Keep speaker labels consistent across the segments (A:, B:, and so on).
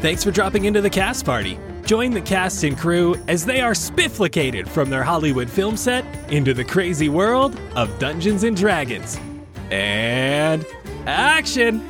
A: Thanks for dropping into the cast party. Join the cast and crew as they are spifflicated from their Hollywood film set into the crazy world of Dungeons and Dragons. And action!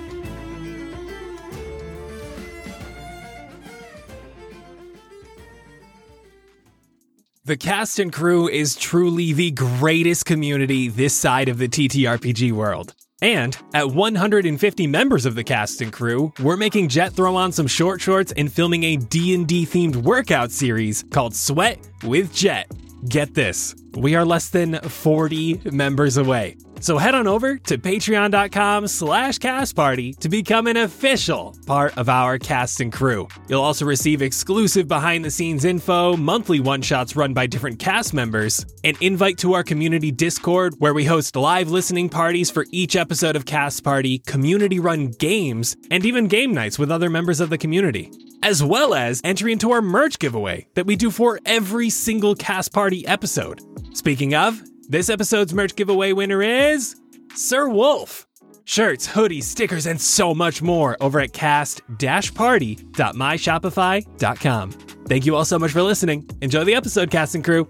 A: The cast and crew is truly the greatest community this side of the TTRPG world. And at 150 members of the cast and crew, we're making Jet throw on some short shorts and filming a D&D themed workout series called Sweat with Jet. Get this, we are less than 40 members away. So head on over to patreon.com slash castparty to become an official part of our cast and crew. You'll also receive exclusive behind the scenes info, monthly one shots run by different cast members, an invite to our community Discord where we host live listening parties for each episode of Cast Party, community run games, and even game nights with other members of the community as well as entry into our merch giveaway that we do for every single cast party episode. Speaking of, this episode's merch giveaway winner is Sir Wolf. Shirts, hoodies, stickers, and so much more over at cast-party.myshopify.com. Thank you all so much for listening. Enjoy the episode, cast and crew.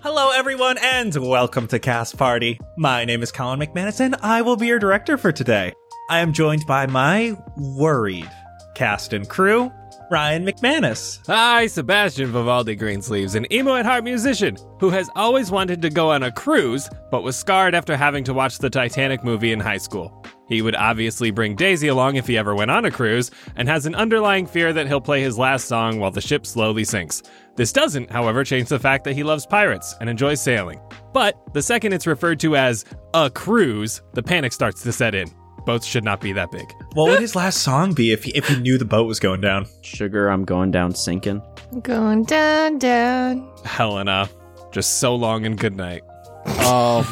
B: Hello, everyone, and welcome to Cast Party. My name is Colin McManus, and I will be your director for today. I am joined by my worried cast and crew, Ryan McManus.
A: Hi, Sebastian Vivaldi Greensleeves, an emo at heart musician who has always wanted to go on a cruise, but was scarred after having to watch the Titanic movie in high school. He would obviously bring Daisy along if he ever went on a cruise, and has an underlying fear that he'll play his last song while the ship slowly sinks. This doesn't, however, change the fact that he loves pirates and enjoys sailing. But the second it's referred to as a cruise, the panic starts to set in. Boats should not be that big.
B: What would his last song be if he, if he knew the boat was going down?
C: Sugar, I'm going down sinking.
D: Going down, down.
A: Helena, just so long and good night.
E: Oh.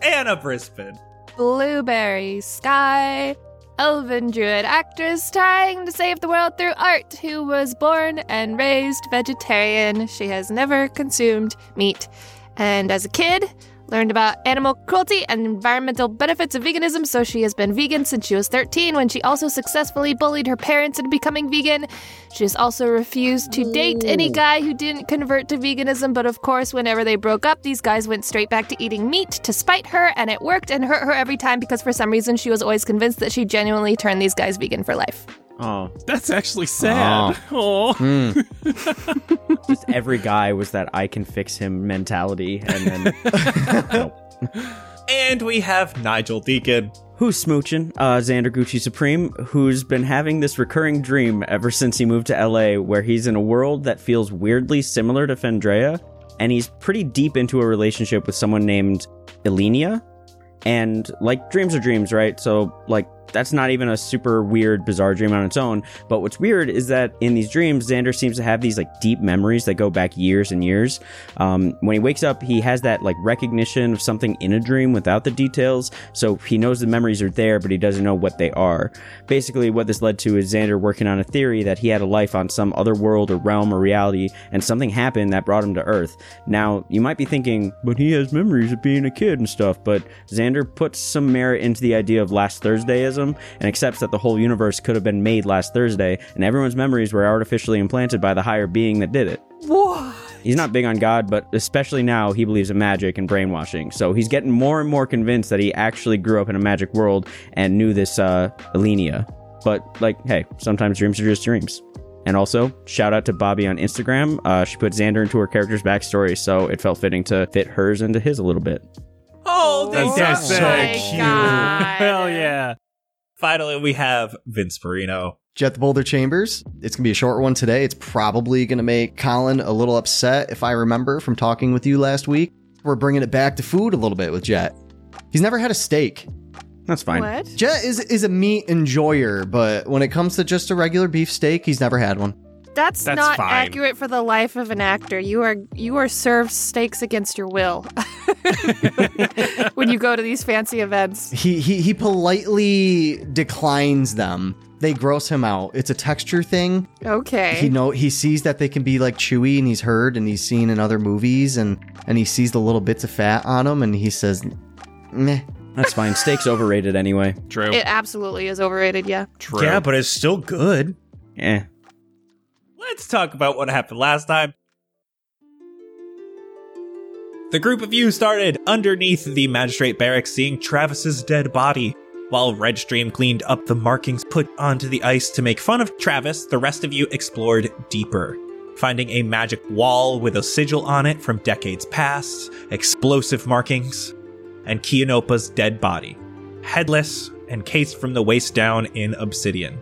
B: Anna Brisbane.
D: Blueberry sky. Elven druid actress trying to save the world through art, who was born and raised vegetarian. She has never consumed meat. And as a kid, learned about animal cruelty and environmental benefits of veganism, so she has been vegan since she was 13 when she also successfully bullied her parents into becoming vegan. She has also refused to date any guy who didn't convert to veganism, but of course, whenever they broke up, these guys went straight back to eating meat to spite her, and it worked and hurt her every time because for some reason she was always convinced that she genuinely turned these guys vegan for life.
C: Oh,
A: That's actually sad. Aw.
C: Hmm. just every guy was that I can fix him mentality, and then Nope.
B: And we have Nigel Deacon.
C: who's smooching? Uh, Xander Gucci Supreme, who's been having this recurring dream ever since he moved to LA, where he's in a world that feels weirdly similar to Fendrea, and he's pretty deep into a relationship with someone named Elenia. And like dreams are dreams, right? So like that's not even a super weird, bizarre dream on its own. But what's weird is that in these dreams, Xander seems to have these like deep memories that go back years and years. Um, when he wakes up, he has that like recognition of something in a dream without the details. So he knows the memories are there, but he doesn't know what they are. Basically, what this led to is Xander working on a theory that he had a life on some other world or realm or reality, and something happened that brought him to Earth. Now, you might be thinking, but he has memories of being a kid and stuff, but Xander puts some merit into the idea of last Thursdayism and accepts that the whole universe could have been made last Thursday, and everyone's memories were artificially implanted by the higher being that did it. He's not big on God, but especially now he believes in magic and brainwashing. So he's getting more and more convinced that he actually grew up in a magic world and knew this uh Alenia. But like, hey, sometimes dreams are just dreams. And also, shout out to Bobby on Instagram. Uh, she put Xander into her character's backstory, so it felt fitting to fit hers into his a little bit.
B: Oh, they
D: Oh
B: sound
D: my
B: so cute.
D: God.
F: Hell yeah.
B: Finally, we have Vince Marino.
E: Jet the Boulder Chambers. It's going to be a short one today. It's probably going to make Colin a little upset if I remember from talking with you last week. We're bringing it back to food a little bit with Jet. He's never had a steak.
C: That's fine.
D: What?
E: Jet is, is a meat enjoyer, but when it comes to just a regular beef steak, he's never had one.
D: That's,
F: That's
D: not
F: fine.
D: accurate for the life of an actor. You are you are served steaks against your will when you go to these fancy events.
E: He, he, he politely declines them. They gross him out. It's a texture thing.
D: Okay.
E: He know he sees that they can be like chewy, and he's heard and he's seen in other movies, and and he sees the little bits of fat on them, and he says, "Meh."
C: That's fine. Steak's overrated anyway.
F: True.
D: it absolutely is overrated. Yeah.
F: True.
B: Yeah, but it's still good.
C: Eh.
B: Let's talk about what happened last time. The group of you started underneath the magistrate barracks, seeing Travis's dead body. While Redstream cleaned up the markings put onto the ice to make fun of Travis, the rest of you explored deeper, finding a magic wall with a sigil on it from decades past, explosive markings, and Keonopa's dead body, headless and cased from the waist down in obsidian.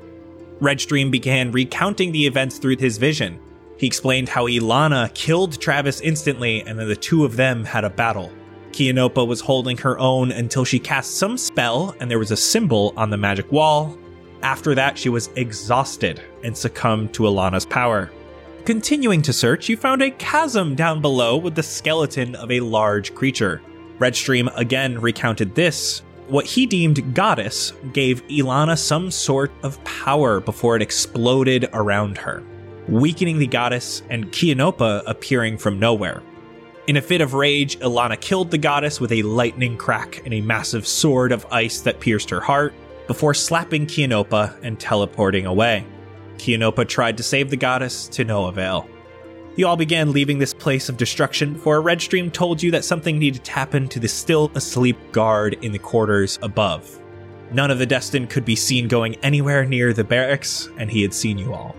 B: Redstream began recounting the events through his vision. He explained how Ilana killed Travis instantly and then the two of them had a battle. Kianopa was holding her own until she cast some spell and there was a symbol on the magic wall. After that, she was exhausted and succumbed to Ilana's power. Continuing to search, you found a chasm down below with the skeleton of a large creature. Redstream again recounted this. What he deemed goddess gave Ilana some sort of power before it exploded around her, weakening the goddess and Kianopa appearing from nowhere. In a fit of rage, Ilana killed the goddess with a lightning crack and a massive sword of ice that pierced her heart before slapping Kianopa and teleporting away. Kianopa tried to save the goddess to no avail. You all began leaving this place of destruction, for Redstream told you that something needed to happen to the still asleep guard in the quarters above. None of the destined could be seen going anywhere near the barracks, and he had seen you all.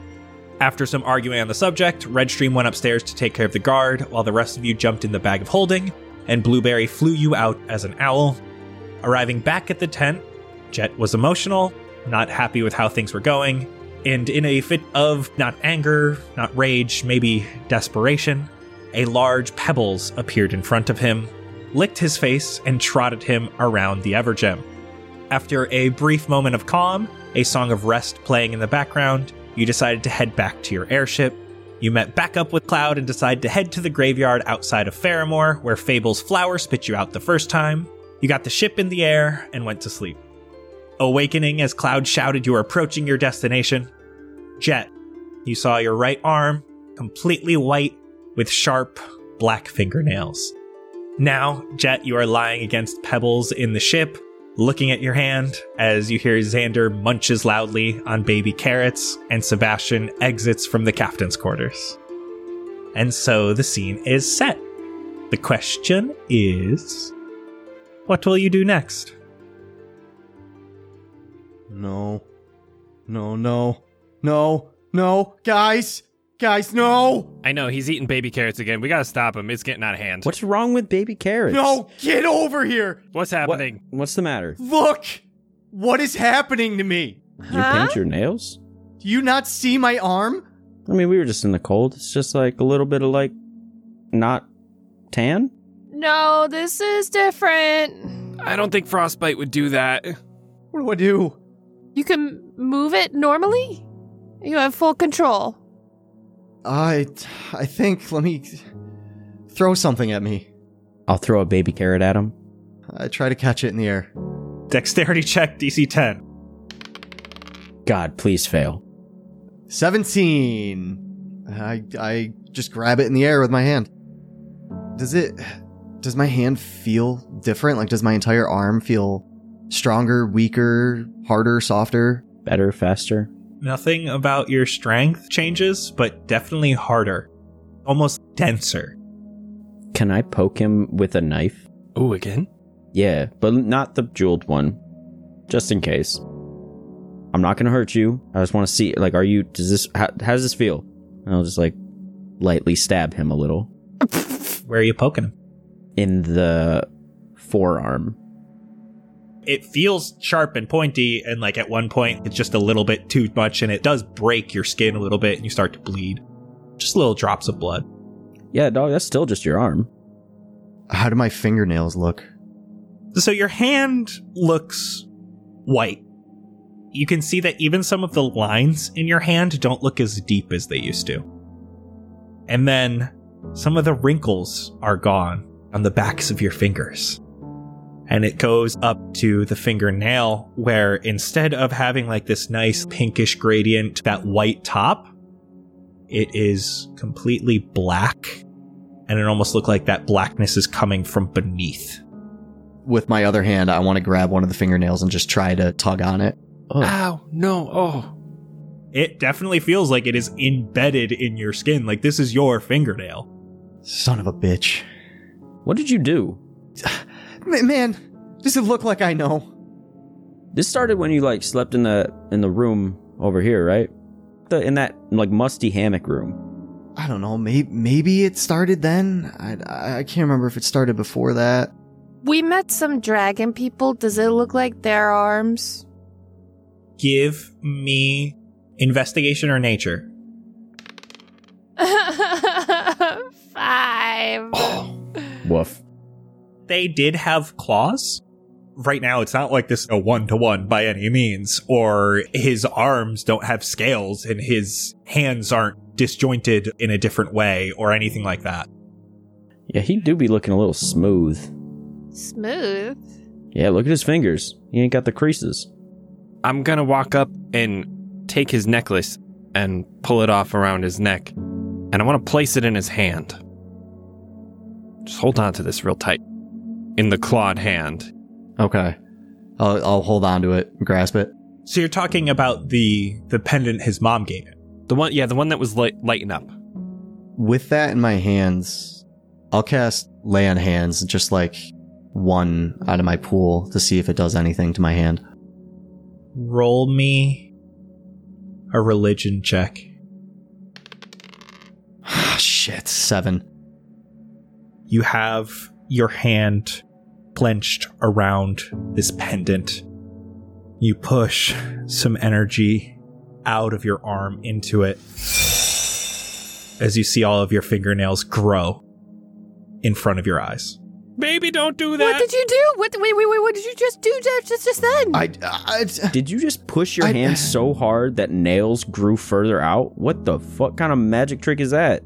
B: After some arguing on the subject, Redstream went upstairs to take care of the guard, while the rest of you jumped in the bag of holding, and Blueberry flew you out as an owl. Arriving back at the tent, Jet was emotional, not happy with how things were going, and in a fit of not anger, not rage, maybe desperation, a large pebbles appeared in front of him, licked his face, and trotted him around the Evergem. After a brief moment of calm, a song of rest playing in the background, you decided to head back to your airship. You met back up with Cloud and decided to head to the graveyard outside of Faramore, where Fable's flower spit you out the first time. You got the ship in the air and went to sleep. Awakening as Cloud shouted you were approaching your destination. Jet, you saw your right arm completely white with sharp black fingernails. Now, Jet, you are lying against pebbles in the ship, looking at your hand as you hear Xander munches loudly on baby carrots and Sebastian exits from the captain's quarters. And so the scene is set. The question is what will you do next?
E: No, no, no, no, no, guys, guys, no,
F: I know he's eating baby carrots again. We gotta stop him. It's getting out of hand.
C: What's wrong with baby carrots?
E: no, get over here.
F: What's
C: What-
F: happening?
C: what's the matter?
E: Look, what is happening to me?
C: You
D: Huh?
C: paint your nails?
E: Do you not see my arm?
C: I mean, we were just in the cold. It's just like a little bit of like not tan.
D: No, this is different.
F: I don't think frostbite would do that.
E: What do I do?
D: You can move it normally? You have full control.
E: I, I think. Let me throw something at me.
C: I'll throw a baby carrot at him.
E: I try to catch it in the air.
B: Dexterity check DC 10.
C: God, please fail.
E: Seventeen. I, I just grab it in the air with my hand. Does it? Does my hand feel different? Like, does my entire arm feel stronger, weaker, harder, softer?
C: Better, faster.
B: Nothing about your strength changes, but definitely harder. Almost denser.
C: Can I poke him with a knife?
F: Ooh, again?
C: Yeah, but not the jeweled one. Just in case. I'm not gonna hurt you. I just want to see, like, are you? Does this? How, how does this feel? And I'll just like lightly stab him a little
B: Where are you poking him?
C: in the forearm.
B: It feels sharp and pointy, and like at one point, it's just a little bit too much, and it does break your skin a little bit, and you start to bleed. Just little drops of blood.
C: Yeah, dog. That's still just your arm.
E: How do my fingernails look?
B: So your hand looks white. You can see that even some of the lines in your hand don't look as deep as they used to. And then some of the wrinkles are gone on the backs of your fingers. And it goes up to the fingernail, where instead of having like this nice pinkish gradient, that white top, it is completely black. And it almost looked like that blackness is coming from beneath.
E: With my other hand, I want to grab one of the fingernails and just try to tug on it.
C: Oh.
F: Ow, no, oh.
B: It definitely feels like it is embedded in your skin. Like this is your fingernail.
E: Son of a bitch.
C: What did you do?
E: Ma- man, does it look like I know?
C: This started when you like slept in the in the room over here, right? The in that like musty hammock room.
E: I don't know. Maybe maybe it started then. I, I I can't remember if it started before that.
D: We met some dragon people. Does it look like their arms?
B: Give me investigation or nature.
D: Five.
F: Oh.
C: Woof.
B: They did have claws. Right now, it's not like this a one to one by any means, or his arms don't have scales and his hands aren't disjointed in a different way or anything like that.
C: Yeah, he do be looking a little smooth.
D: Smooth.
C: Yeah, look at his fingers. He ain't got the creases.
F: I'm gonna walk up and take his necklace and pull it off around his neck. And I wanna place it in his hand. Just hold on to this real tight. In the clawed hand.
E: Okay. I'll, I'll hold on to it, grasp it.
B: So you're talking about the the pendant his mom gave him.
F: The one, yeah, the one that was light, lighting up.
E: With that in my hands, I'll cast lay on hands, just like one out of my pool to see if it does anything to my hand.
B: Roll me a religion check.
E: Ah, Shit, seven.
B: you have your hand clenched around this pendant. You push some energy out of your arm into it as you see all of your fingernails grow in front of your eyes.
F: Baby, don't do
D: What did you do? What? Wait, wait, wait. What did you just do ju- just just then?
E: I, I
C: Did you just push your
E: I-
C: hand so hard that nails grew further out? What the fuck kind of magic trick is that?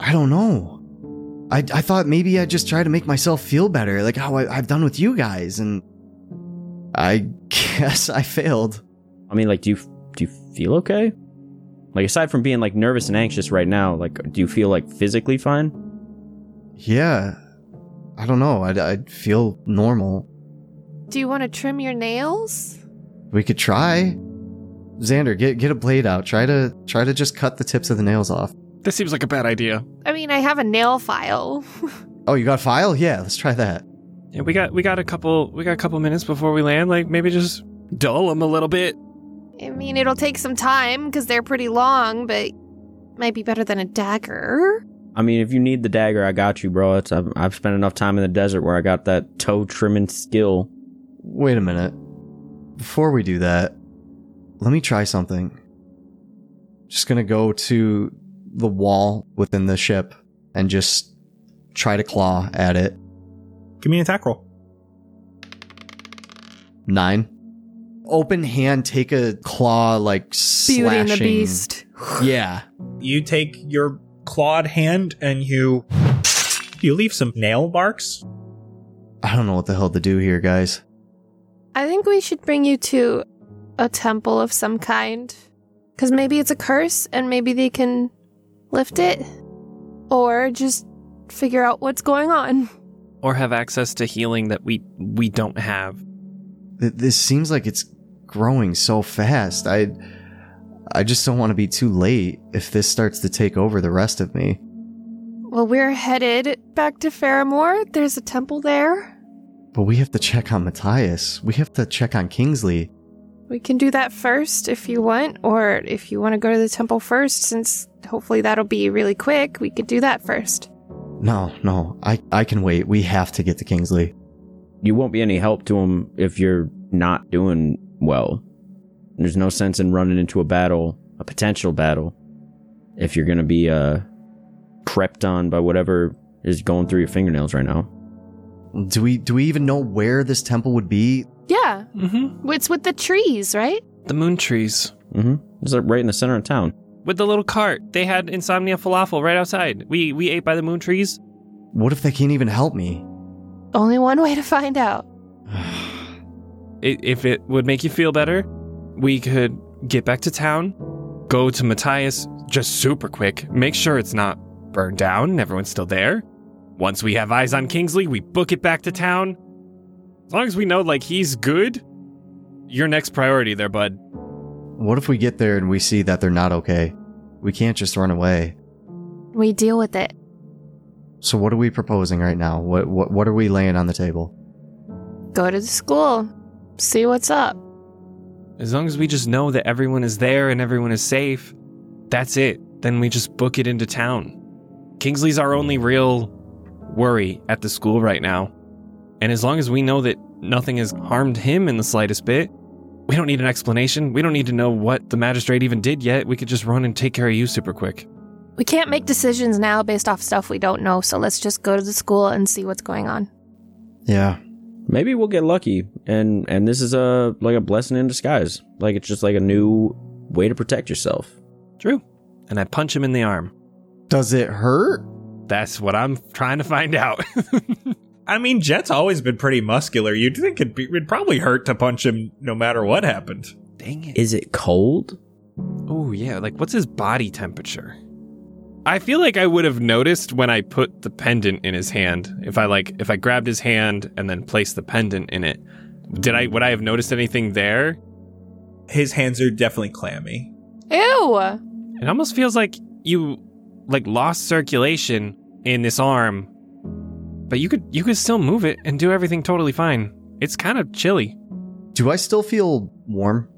E: I don't know. I, I thought maybe I'd just try to make myself feel better, like how I, I've done with you guys, and I guess I failed.
C: I mean, like, do you do you feel okay? Like, aside from being like nervous and anxious right now, like, do you feel like physically fine?
E: Yeah. I don't know. I'd, I'd feel normal.
D: do you want to trim your nails?
E: We could try. Xander, get get a blade out. Try to try to just cut the tips of the nails off.
F: This seems like a bad idea.
D: I mean, I have a nail file.
E: Oh, you got a file? Yeah, let's try that.
F: Yeah, we got we got a couple we got a couple minutes before we land. Like maybe just dull him a little bit.
D: I mean, it'll take some time because they're pretty long, but might be better than a dagger.
C: I mean, if you need the dagger, I got you, bro. It's, I've, I've spent enough time in the desert where I got that toe trimming skill.
E: Wait a minute. Before we do that, let me try something. Just gonna go to the wall within the ship and just try to claw at it.
B: Give me an attack roll.
E: Nine. open hand take a claw like slashing.
D: Beauty and the Beast.
E: Yeah.
B: You take your clawed hand and you you leave some nail marks.
E: I don't know what the hell to do here, guys.
D: I think we should bring you to a temple of some kind. Because maybe it's a curse and maybe they can lift it. Or just figure out what's going on.
A: or have access to healing that we we don't have.
E: Th- This seems like it's growing so fast. I I just don't want to be too late if this starts to take over the rest of me.
D: Well, we're headed back to Faramore. There's a temple there.
E: But we have to check on Matthias. We have to check on Kingsley.
D: We can do that first if you want, or if you want to go to the temple first, since hopefully that'll be really quick, we could do that first.
E: No, no. I I can wait. We have to get to Kingsley.
C: You won't be any help to him if you're not doing well. There's no sense in running into a battle, a potential battle, if you're going to be uh, crept on by whatever is going through your fingernails right now.
E: Do we do we even know where this temple would be?
D: Yeah,
A: Mm-hmm.
D: it's with the trees, right?
A: The moon trees
C: Mm-hmm. It's like right in the center of town.
A: with the little cart. They had insomnia falafel right outside. We we ate by the moon trees.
E: What if they can't even help me?
D: Only one way to find out.
A: I if it would make you feel better, we could get back to town, go to Matthias just super quick. Make sure it's not burned down. and Everyone's still there. Once we have eyes on Kingsley, we book it back to town. As long as we know like he's good, your next priority there, bud.
E: What if we get there and we see that they're not okay? We can't just run away.
D: We deal with it.
E: So what are we proposing right now? What what what are we laying on the table?
D: Go to the school, see what's up.
A: As long as we just know that everyone is there and everyone is safe, that's it. Then we just book it into town. Kingsley's our only real worry at the school right now. And as long as we know that nothing has harmed him in the slightest bit, we don't need an explanation. We don't need to know what the magistrate even did yet. We could just run and take care of you super quick.
D: We can't make decisions now based off stuff we don't know, so let's just go to the school and see what's going on.
E: Yeah.
C: Maybe we'll get lucky, and and this is a like a blessing in disguise. Like it's just like a new way to protect yourself.
A: True. And I punch him in the arm.
E: Does it hurt?
A: That's what I'm trying to find out.
B: I mean, Jet's always been pretty muscular. You'd think it'd, be, it'd probably hurt to punch him no matter what happened.
A: Dang it.
C: Is it cold?
A: Oh, yeah. Like, what's his body temperature? I feel like I would have noticed when I put the pendant in his hand. If I like, if I grabbed his hand and then placed the pendant in it, did I would I have noticed anything there?
B: His hands are definitely clammy.
D: Ew!
A: It almost feels like you like lost circulation in this arm, but you could you could still move it and do everything totally fine. It's kind of chilly.
E: Do I still feel warm?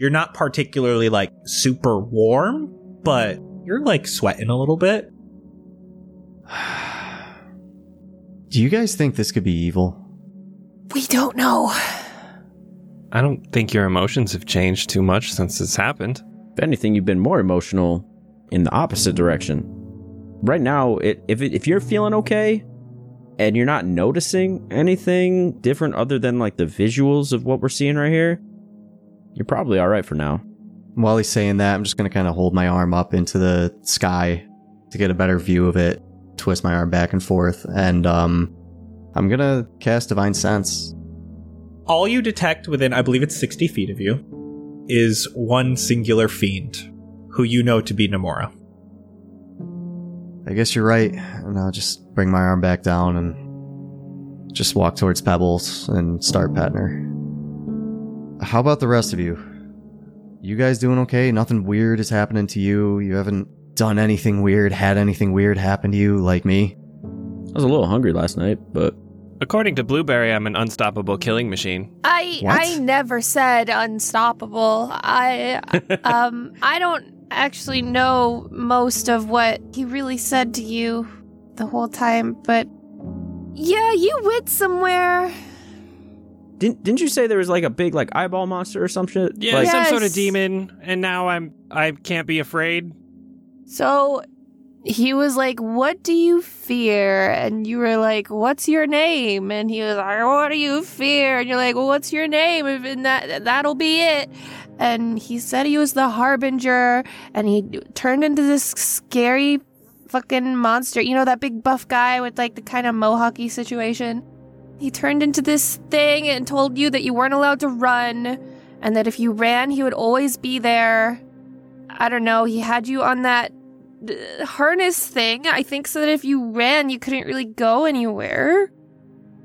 B: You're not particularly like super warm, but you're like sweating a little bit.
E: Do you guys think this could be evil?
D: We don't know.
A: I don't think your emotions have changed too much since this happened.
C: If anything, you've been more emotional in the opposite direction. Right now, it, if it, if you're feeling okay, and you're not noticing anything different other than like the visuals of what we're seeing right here, you're probably all right for now.
E: While he's saying that, I'm just going to kind of hold my arm up into the sky to get a better view of it, twist my arm back and forth, and um I'm going to cast divine sense.
B: All you detect within, I believe it's 60 feet of you, is one singular fiend who you know to be Namora.
E: I guess you're right. And I'll just bring my arm back down and just walk towards Pebbles and start petting her. How about the rest of you? You guys doing okay? Nothing weird is happening to you? You haven't done anything weird, had anything weird happen to you like me?
C: I was a little hungry last night, but
A: According to Blueberry, I'm an unstoppable killing machine.
D: I
E: What?
D: I never said unstoppable. I um I don't actually know most of what he really said to you the whole time, but yeah, you went somewhere.
C: didn't didn't you say there was like a big like eyeball monster or some shit?
A: Yeah,
C: Like-
A: some sort of
D: Yes.
A: demon, and now I'm I can't be afraid.
D: So he was like, What do you fear? And you were like, What's your name? And he was like, What do you fear? And you're like, Well, what's your name? And that that'll be it. And he said he was the harbinger, and he turned into this scary fucking monster. You know that big buff guy with like the kind of mohawky situation? He turned into this thing and told you that you weren't allowed to run, and that if you ran, he would always be there. I don't know. He had you on that uh, harness thing, I think, so that if you ran, you couldn't really go anywhere.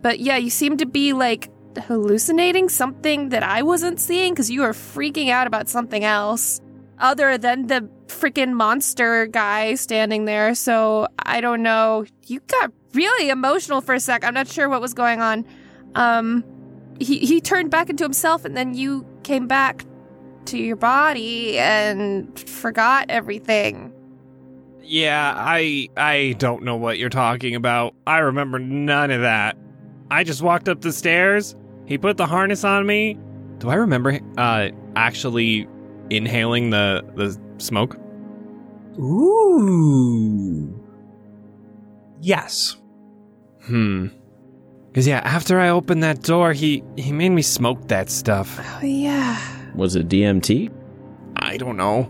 D: But yeah, you seemed to be like hallucinating something that I wasn't seeing because you were freaking out about something else other than the freaking monster guy standing there. So I don't know. You got really emotional for a sec. I'm not sure what was going on. Um, he he turned back into himself, and then you came back to your body and forgot everything.
A: Yeah, I I don't know what you're talking about. I remember none of that. I just walked up the stairs. He put the harness on me. Do I remember uh actually inhaling the Uh, the smoke?
B: Ooh. Yes.
A: Hmm. Cuz yeah, after I opened that door, he he made me smoke that stuff.
D: Oh yeah.
C: Was it DMT?
A: I don't know.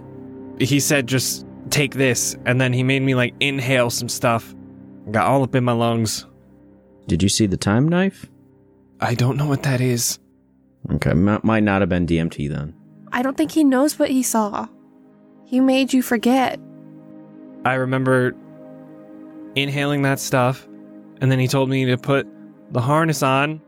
A: He said just take this and then he made me like inhale some stuff. Got all up in my lungs.
C: Did you see the time knife?
A: I don't know what that is.
C: Okay, m- might not have been DMT then.
D: I don't think he knows what he saw. He made you forget.
A: I remember inhaling that stuff, and then he told me to put the harness on.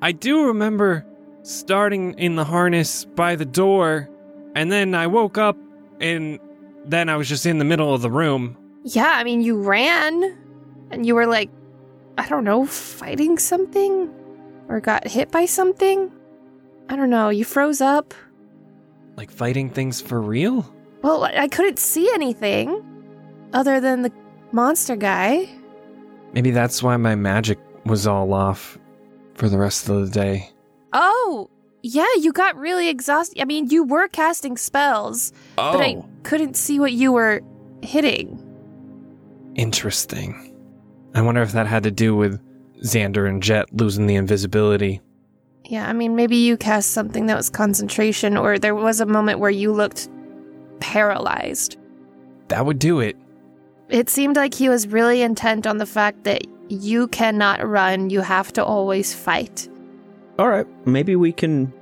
A: I do remember starting in the harness by the door, and then I woke up, and then I was just in the middle of the room.
D: Yeah, I mean, you ran and you were like, I don't know, fighting something or got hit by something. I don't know, you froze up.
A: Like fighting things for real?
D: Well, I I couldn't see anything other than the monster guy.
A: Maybe that's why my magic was all off for the rest of the day.
D: Oh, yeah, you got really exhausted. I mean, you were casting spells,
A: Oh,
D: but I couldn't see what you were hitting.
A: interesting. I wonder if that had to do with Xander and Jet losing the invisibility.
D: Yeah, I mean, maybe you cast something that was concentration, or there was a moment where you looked paralyzed.
A: That would do it.
D: It seemed like he was really intent on the fact that you cannot run, you have to always fight.
C: All right, maybe we can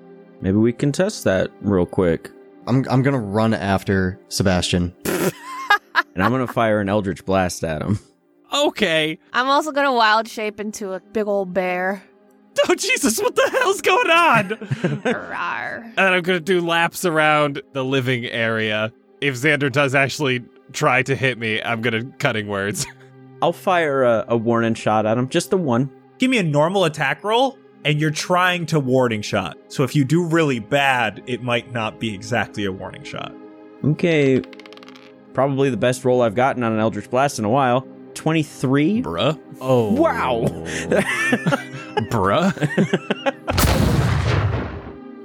C: maybe we can test that real quick.
E: I'm, I'm gonna run after Sebastian.
C: And I'm going to fire an eldritch blast at him.
A: Okay.
D: I'm also gonna wild shape into a big old bear.
A: Oh Jesus, what the hell's going on?
D: Rawr.
A: and I'm gonna do laps around the living area. If Xander does actually try to hit me, I'm gonna cutting words.
C: I'll fire a, a warning shot at him, just the one.
B: Give me a normal attack roll, and you're trying to warning shot. So if you do really bad, it might not be exactly a warning shot.
C: Okay. Probably the best roll I've gotten on an eldritch blast in a while. 23.
A: Bruh.
C: Oh. Wow.
A: Oh. Bruh.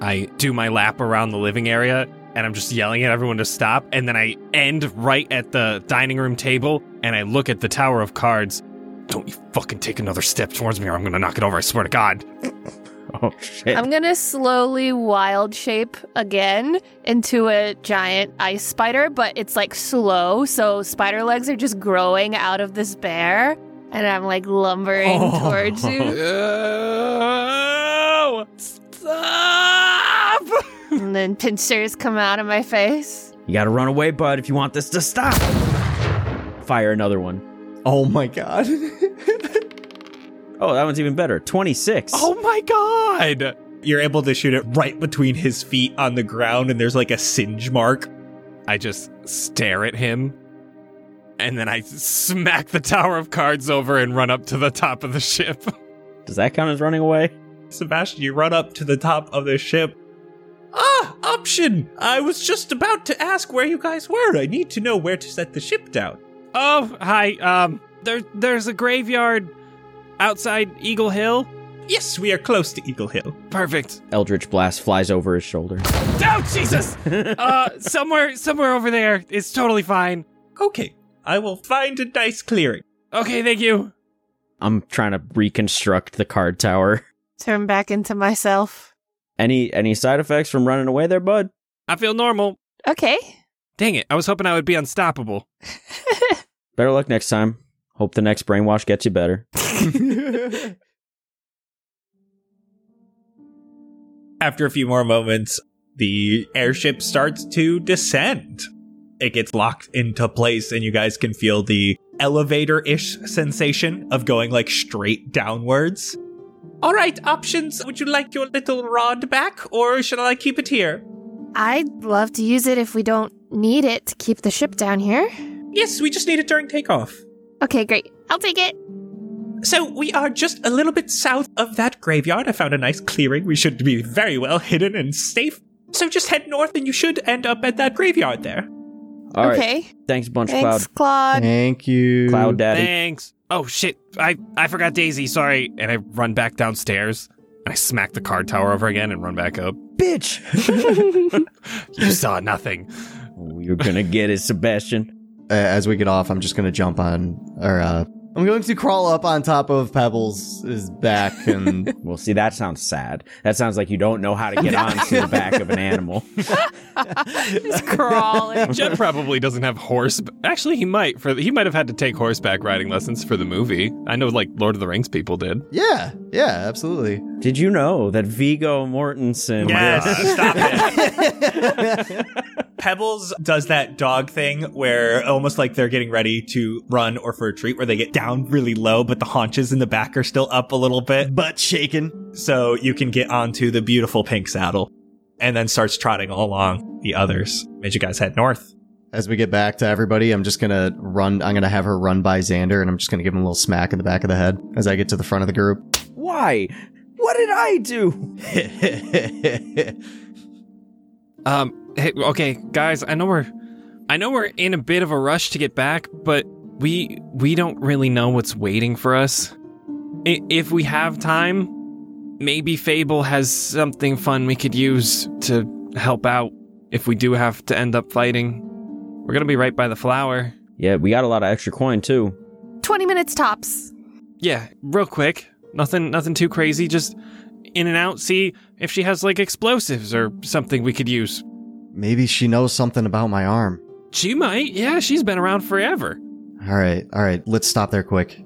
A: I do my lap around the living area and I'm just yelling at everyone to stop. And then I end right at the dining room table and I look at the tower of cards. Don't you fucking take another step towards me or I'm gonna knock it over, I swear to God.
C: oh
F: Eh.
C: shit.
D: I'm gonna slowly wild shape again into a giant ice spider, but it's like slow, so spider legs are just growing out of this bear, and I'm like lumbering towards you.
A: Oh, stop!
D: And then pincers come out of my face.
C: you got to run away, bud, if you want this to stop. Fire another one.
E: Oh my god.
C: Oh, that one's even better. 26.
A: Oh my god!
B: You're able to shoot it right between his feet on the ground, and there's like a singe mark.
A: I just stare at him, and then I smack the tower of cards over and run up to the top of the ship.
C: Does that count as running away?
B: Sebastian, you run up to the top of the ship. Ah, option! I was just about to ask where you guys were. I need to know where to set the ship down. Uh,
A: Oh, hi. Um, there, there's a graveyard outside Eagle Hill.
B: Yes, we are close to Eagle Hill.
A: Perfect.
C: Eldritch blast flies over his shoulder.
A: Oh, Jesus! uh, somewhere, somewhere over there. It's totally fine.
B: Okay, I will find a nice clearing.
F: Okay, thank you.
C: I'm trying to reconstruct the card tower.
D: Turn back into myself.
C: Any any side effects from running away there, bud?
F: I feel normal.
D: Okay.
F: Dang it, I was hoping I would be unstoppable.
C: Better luck next time. Hope the next brainwash gets you better.
B: After a few more moments, the airship starts to descend. It gets locked into place, and you guys can feel the elevator ish sensation of going like straight downwards. All right, options. Would you like your little rod back, or shall I keep it here?
D: I'd love to use it if we don't need it to keep the ship down here.
B: Yes, we just need it during takeoff.
D: Okay, great. Oh, I'll take it.
B: So we are just a little bit south of that graveyard. I found a nice clearing. We should be very well hidden and safe. So just head north and you should end up at that graveyard there.
C: All right.
D: okay.
C: Thanks, Bunch
D: Thanks, Claude.
E: Thank you.
C: Cloud. Cloud Daddy.
F: Thanks. Oh shit, I I forgot Daisy. Sorry. And I run back downstairs and I smack the card tower over again and run back up. Bitch. you saw nothing.
C: Oh, you're gonna get it, Sebastian.
E: Uh, as we get off, I'm just gonna jump on, or uh, I'm going to crawl up on top of Pebbles' back, and
C: Well, see, that sounds sad. That sounds like you don't know how to get onto the back of an animal.
D: Just crawling.
F: Jed probably doesn't have horse. Actually, he might. For he might have had to take horseback riding lessons for the movie. I know, like Lord of the Rings people did.
E: yeah, yeah, absolutely.
C: Did you know that Vigo Mortensen?
B: stop it. Pebbles does that dog thing where almost like they're getting ready to run or for a treat, where they get down really low, but the haunches in the back are still up a little bit.
E: Butt shaking.
B: so you can get onto the beautiful pink saddle and then starts trotting along the others as you guys head north.
E: As we get back to everybody, I'm just gonna run. I'm gonna have her run by Xander, and I'm just gonna give him a little smack in the back of the head as I get to the front of the group.
C: Why? What did I do?
A: Um, hey, okay, guys, I know we're, I know we're in a bit of a rush to get back, but we we don't really know what's waiting for us. I- if we have time, maybe Fable has something fun we could use to help out. If we do have to end up fighting, we're gonna be right by the flower.
C: Yeah, we got a lot of extra coin too.
D: 20 minutes tops.
A: Yeah, real quick, nothing, nothing too crazy. Just in and out. See if she has like explosives or something we could use.
E: Maybe she knows something about my arm.
A: She might. Yeah, she's been around forever.
E: All right, all right, let's stop there quick.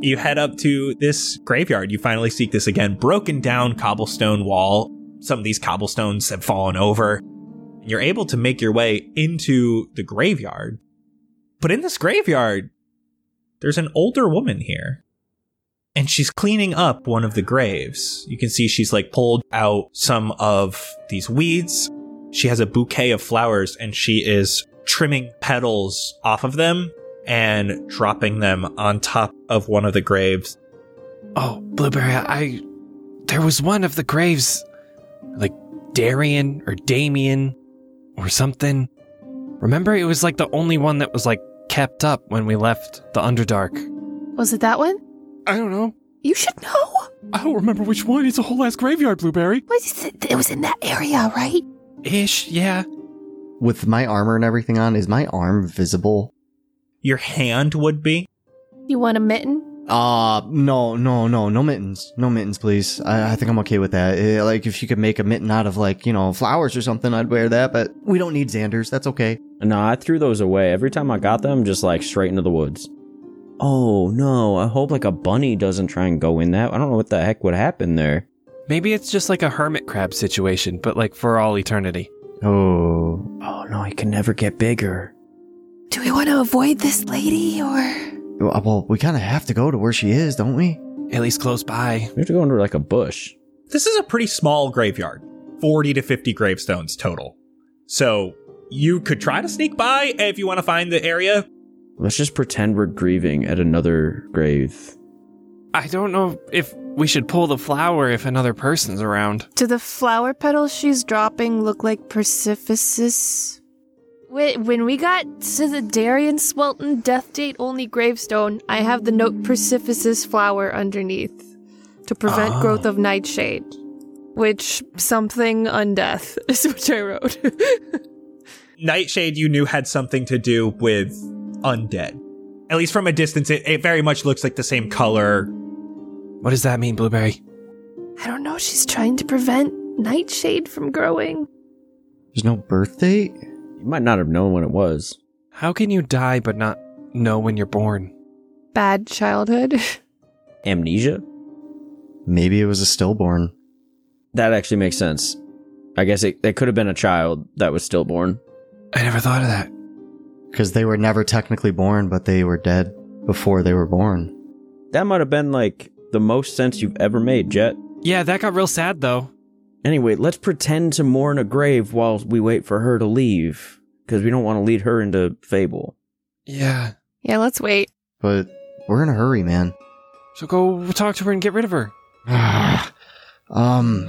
B: You head up to this graveyard. You finally seek this again broken down cobblestone wall. Some of these cobblestones have fallen over. And you're able to make your way into the graveyard. But in this graveyard, there's an older woman here. And she's cleaning up one of the graves. You can see she's like pulled out some of these weeds She has a bouquet of flowers and she is trimming petals off of them and dropping them on top of one of the graves.
A: Oh, Blueberry, I. There was one of the graves, like Darian or Damien or something. Remember, it was like the only one that was like kept up when we left the Underdark.
D: Was it that one?
A: I don't know.
D: You should know.
A: I don't remember which one. It's a whole ass graveyard, Blueberry.
D: Was it, it was in that area, right?
A: Ish, yeah.
E: With my armor and everything on, is my arm visible?
B: Your hand would be.
D: You want a mitten?
E: Uh, no, no, no, no mittens. No mittens, please. I, I think I'm okay with that. Eh, like, if you could make a mitten out of, like, you know, flowers or something, I'd wear that, but we don't need Xander's. That's okay.
C: No, I threw those away. Every time I got them, just like straight into the woods. Oh no, I hope like a bunny doesn't try and go in that. I don't know what the heck would happen there.
A: Maybe it's just like a hermit crab situation, but like for all eternity.
E: Oh.
C: Oh no, I can never get bigger.
D: Do we want to avoid this lady or?
E: Well, we kind of have to go to where she is, don't we?
A: At least close by.
C: We have to go under like a bush.
B: This is a pretty small graveyard 40 to 50 gravestones total. So you could try to sneak by if you want to find the area.
C: Let's just pretend we're grieving at another grave.
A: I don't know if we should pull the flower if another person's around.
G: Do the flower petals she's dropping look like Persiphysis?
D: Wh- When we got to the Darien Swelton death date only gravestone, I have the note Persiphysis flower underneath to prevent
A: Oh.
D: growth of nightshade, which something undeath is what I wrote.
B: Nightshade, you knew had something to do with undead. At least from a distance, it, it very much looks like the same color.
A: What does that mean, Blueberry?
G: I don't know. She's trying to prevent Nightshade from growing.
E: There's no birth date?
C: You might not have known when it was.
A: How can you die but not know when you're born?
G: Bad childhood.
C: Amnesia?
E: Maybe it was a stillborn.
C: That actually makes sense. I guess it, it could have been a child that was stillborn.
A: I never thought of that.
E: Because they were never technically born, but they were dead before they were born.
C: That might have been like the most sense you've ever made, Jet.
A: Yeah, that got real sad though.
C: Anyway, let's pretend to mourn a grave while we wait for her to leave, because we don't want to lead her into Fable.
A: Yeah.
D: Yeah, let's wait.
E: But we're in a hurry, man.
A: So go talk to her and get rid of her.
E: um,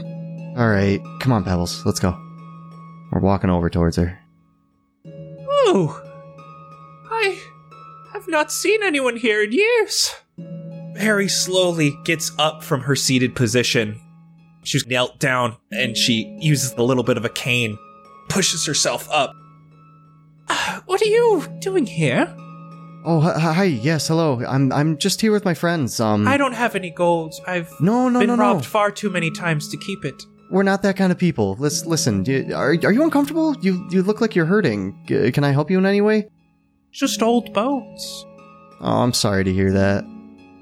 E: alright. Come on, Pebbles. Let's go. We're walking over towards her.
B: Oh, I have not seen anyone here in years. Mary slowly gets up from her seated position. She's knelt down and she uses a little bit of a cane, pushes herself up. "Ah, What are you doing here?
E: Oh, hi- hi. Yes, hello. I'm I'm just here with my friends.
A: Hmm.
E: Um,
B: I don't have any golds. I've
E: No, no,
B: been
E: no, no.
B: robbed far too many times to keep it.
E: We're not that kind of people. Let's listen. Do you, are are you uncomfortable? You you look like you're hurting. G- can I help you in any way?
B: Just old bones.
E: Oh, I'm sorry to hear that.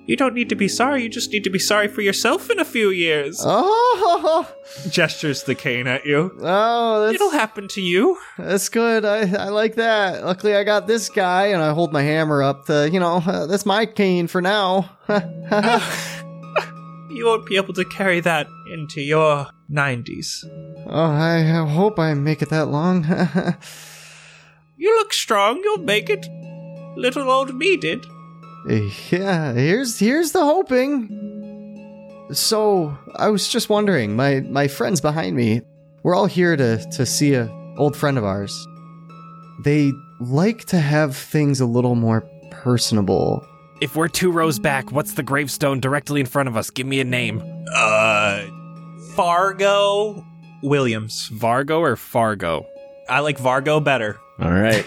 B: You don't need to be sorry. You just need to be sorry for yourself in a few years.
E: Oh,
B: Gestures the cane at you.
E: oh, that's
B: It'll happen to you.
E: that's good. I I like that. Luckily, I got this guy, and I hold my hammer up. To, you know, uh, that's my cane for now.
B: You won't be able to carry that into your 90s.
E: Oh, I hope I make it that long. Eh,
B: You look strong, you'll make it. Little old me did.
E: yeah, here's here's the hoping. So, I was just wondering, my my friends behind me, we're all here to to see a old friend of ours. They like to have things a little more personable.
A: If we're two rows back, what's the gravestone directly in front of us? Give me a name.
B: Uh, Fargo Williams.
A: Vargo or Fargo?
B: I like Vargo better.
C: All right.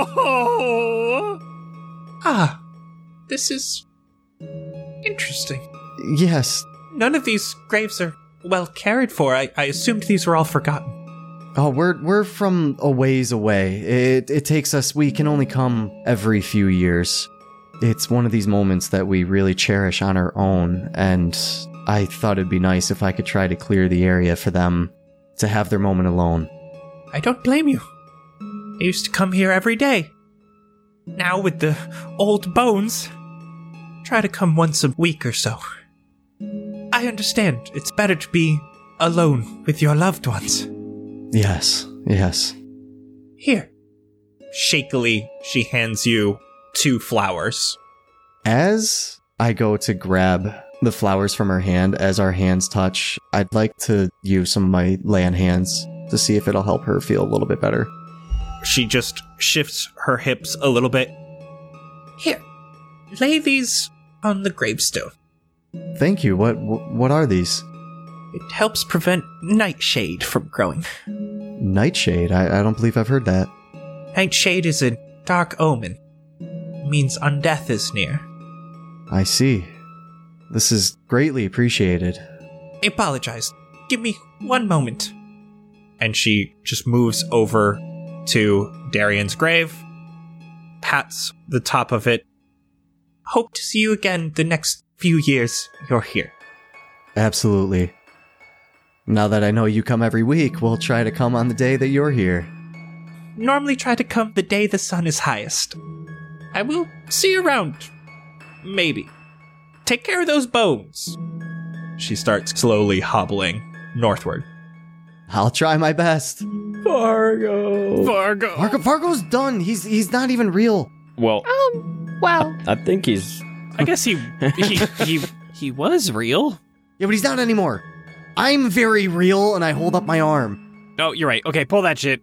B: Oh, Vargo! ah, this is interesting.
E: Yes.
B: None of these graves are well cared for. I, I assumed these were all forgotten.
E: Oh, we're we're from a ways away. It it takes us we can only come every few years. It's one of these moments that we really cherish on our own and I thought it'd be nice if I could try to clear the area for them to have their moment alone.
B: I don't blame you. I used to come here every day. Now, with the old bones, try to come once a week or so. I understand. It's better to be alone with your loved ones.
E: Yes. Yes.
B: Here. Shakily, she hands you two flowers.
E: As I go to grab the flowers from her hand as our hands touch, I'd like to use some of my land hands to see if it'll help her feel a little bit better.
B: She just shifts her hips a little bit. Here. Lay these on the gravestone.
E: Thank you. What what are these?
B: It helps prevent nightshade from growing.
E: Nightshade. I, I don't believe I've heard that.
B: Nightshade is a dark omen. means undeath is near.
E: I see. This is greatly appreciated.
B: I apologize. Give me one moment. And she just moves over to Darian's grave, pats the top of it. Hope to see you again the next few years you're here.
E: Absolutely. Now that I know you come every week, we'll try to come on the day that you're here.
B: Normally try to come the day the sun is highest. I will see you around. Maybe. Take care of those bones. She starts slowly hobbling northward.
E: I'll try my best.
C: Fargo.
A: Vargo.
E: Marco Fargo's done. He's he's not even real.
A: Well,
D: Um, well,
C: I think he's.
A: I guess he he he, he was real.
E: Yeah, but he's not anymore. I'm very real and I hold up my arm.
A: No, Oh, you're right. Okay, pull that shit.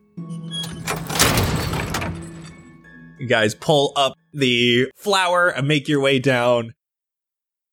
B: You guys pull up the flower and make your way down.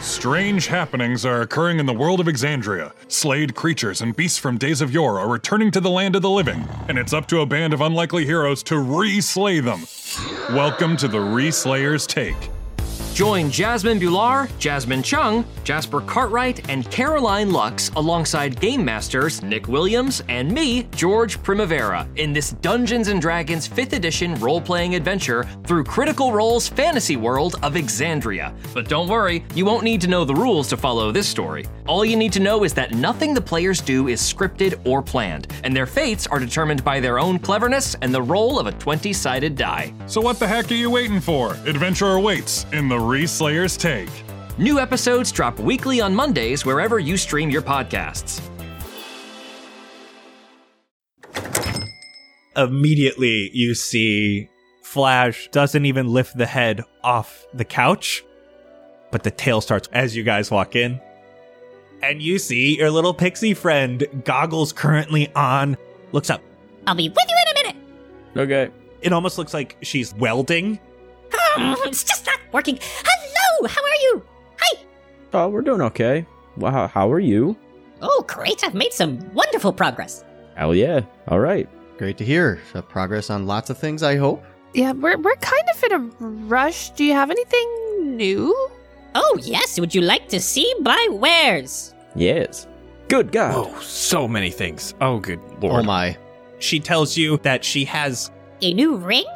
H: Strange happenings are occurring in the world of Exandria. Slayed creatures and beasts from days of yore are returning to the land of the living, and it's up to a band of unlikely heroes to re slay them. Welcome to the Re Slayer's Take.
I: Join Jasmine Bular, Jasmine Chung, Jasper Cartwright, and Caroline Lux alongside Game Masters Nick Williams and me, George Primavera, in this Dungeons and Dragons 5th edition role playing adventure through Critical Role's fantasy world of Exandria. But don't worry, you won't need to know the rules to follow this story. All you need to know is that nothing the players do is scripted or planned, and their fates are determined by their own cleverness and the roll of a 20 sided die.
H: So, what the heck are you waiting for? Adventure awaits in the Re Slayer's Take.
I: New episodes drop weekly on Mondays wherever you stream your podcasts.
B: Immediately, you see Flash doesn't even lift the head off the couch, but the tail starts as you guys walk in. And you see your little pixie friend, goggles currently on, looks up.
J: I'll be with you in a minute.
C: Okay.
B: It almost looks like she's welding.
J: Hmm, it's just not working. Hello, how are you?
C: Oh, we're doing okay. Wow, how are you?
J: Oh, great. I've made some wonderful progress.
C: Hell yeah. All right.
E: Great to hear. Uh, progress on lots of things, I hope.
G: Yeah, we're, we're kind of in a rush. Do you have anything new?
J: Oh, yes. Would you like to see my wares?
C: Yes. Good God.
A: Oh, so many things. Oh, good
E: Oh
A: lord.
E: my.
B: She tells you that she has
J: A new ring,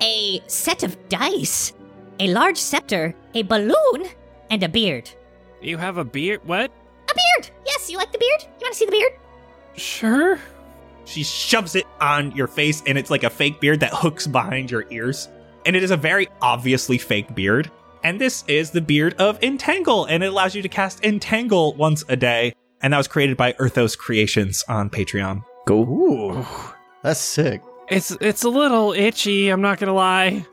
J: a set of dice, a large scepter, a balloon, and a beard.
A: You have a beard? What?
J: A beard! Yes, you like the beard? You want to see the beard?
A: Sure.
B: She shoves it on your face, and it's like a fake beard that hooks behind your ears. And it is a very obviously fake beard. And this is the beard of Entangle, and it allows you to cast Entangle once a day. And that was created by Earthos Creations on Patreon.
C: Go.
A: Ooh.
E: That's sick.
A: It's it's a little itchy, I'm not gonna lie.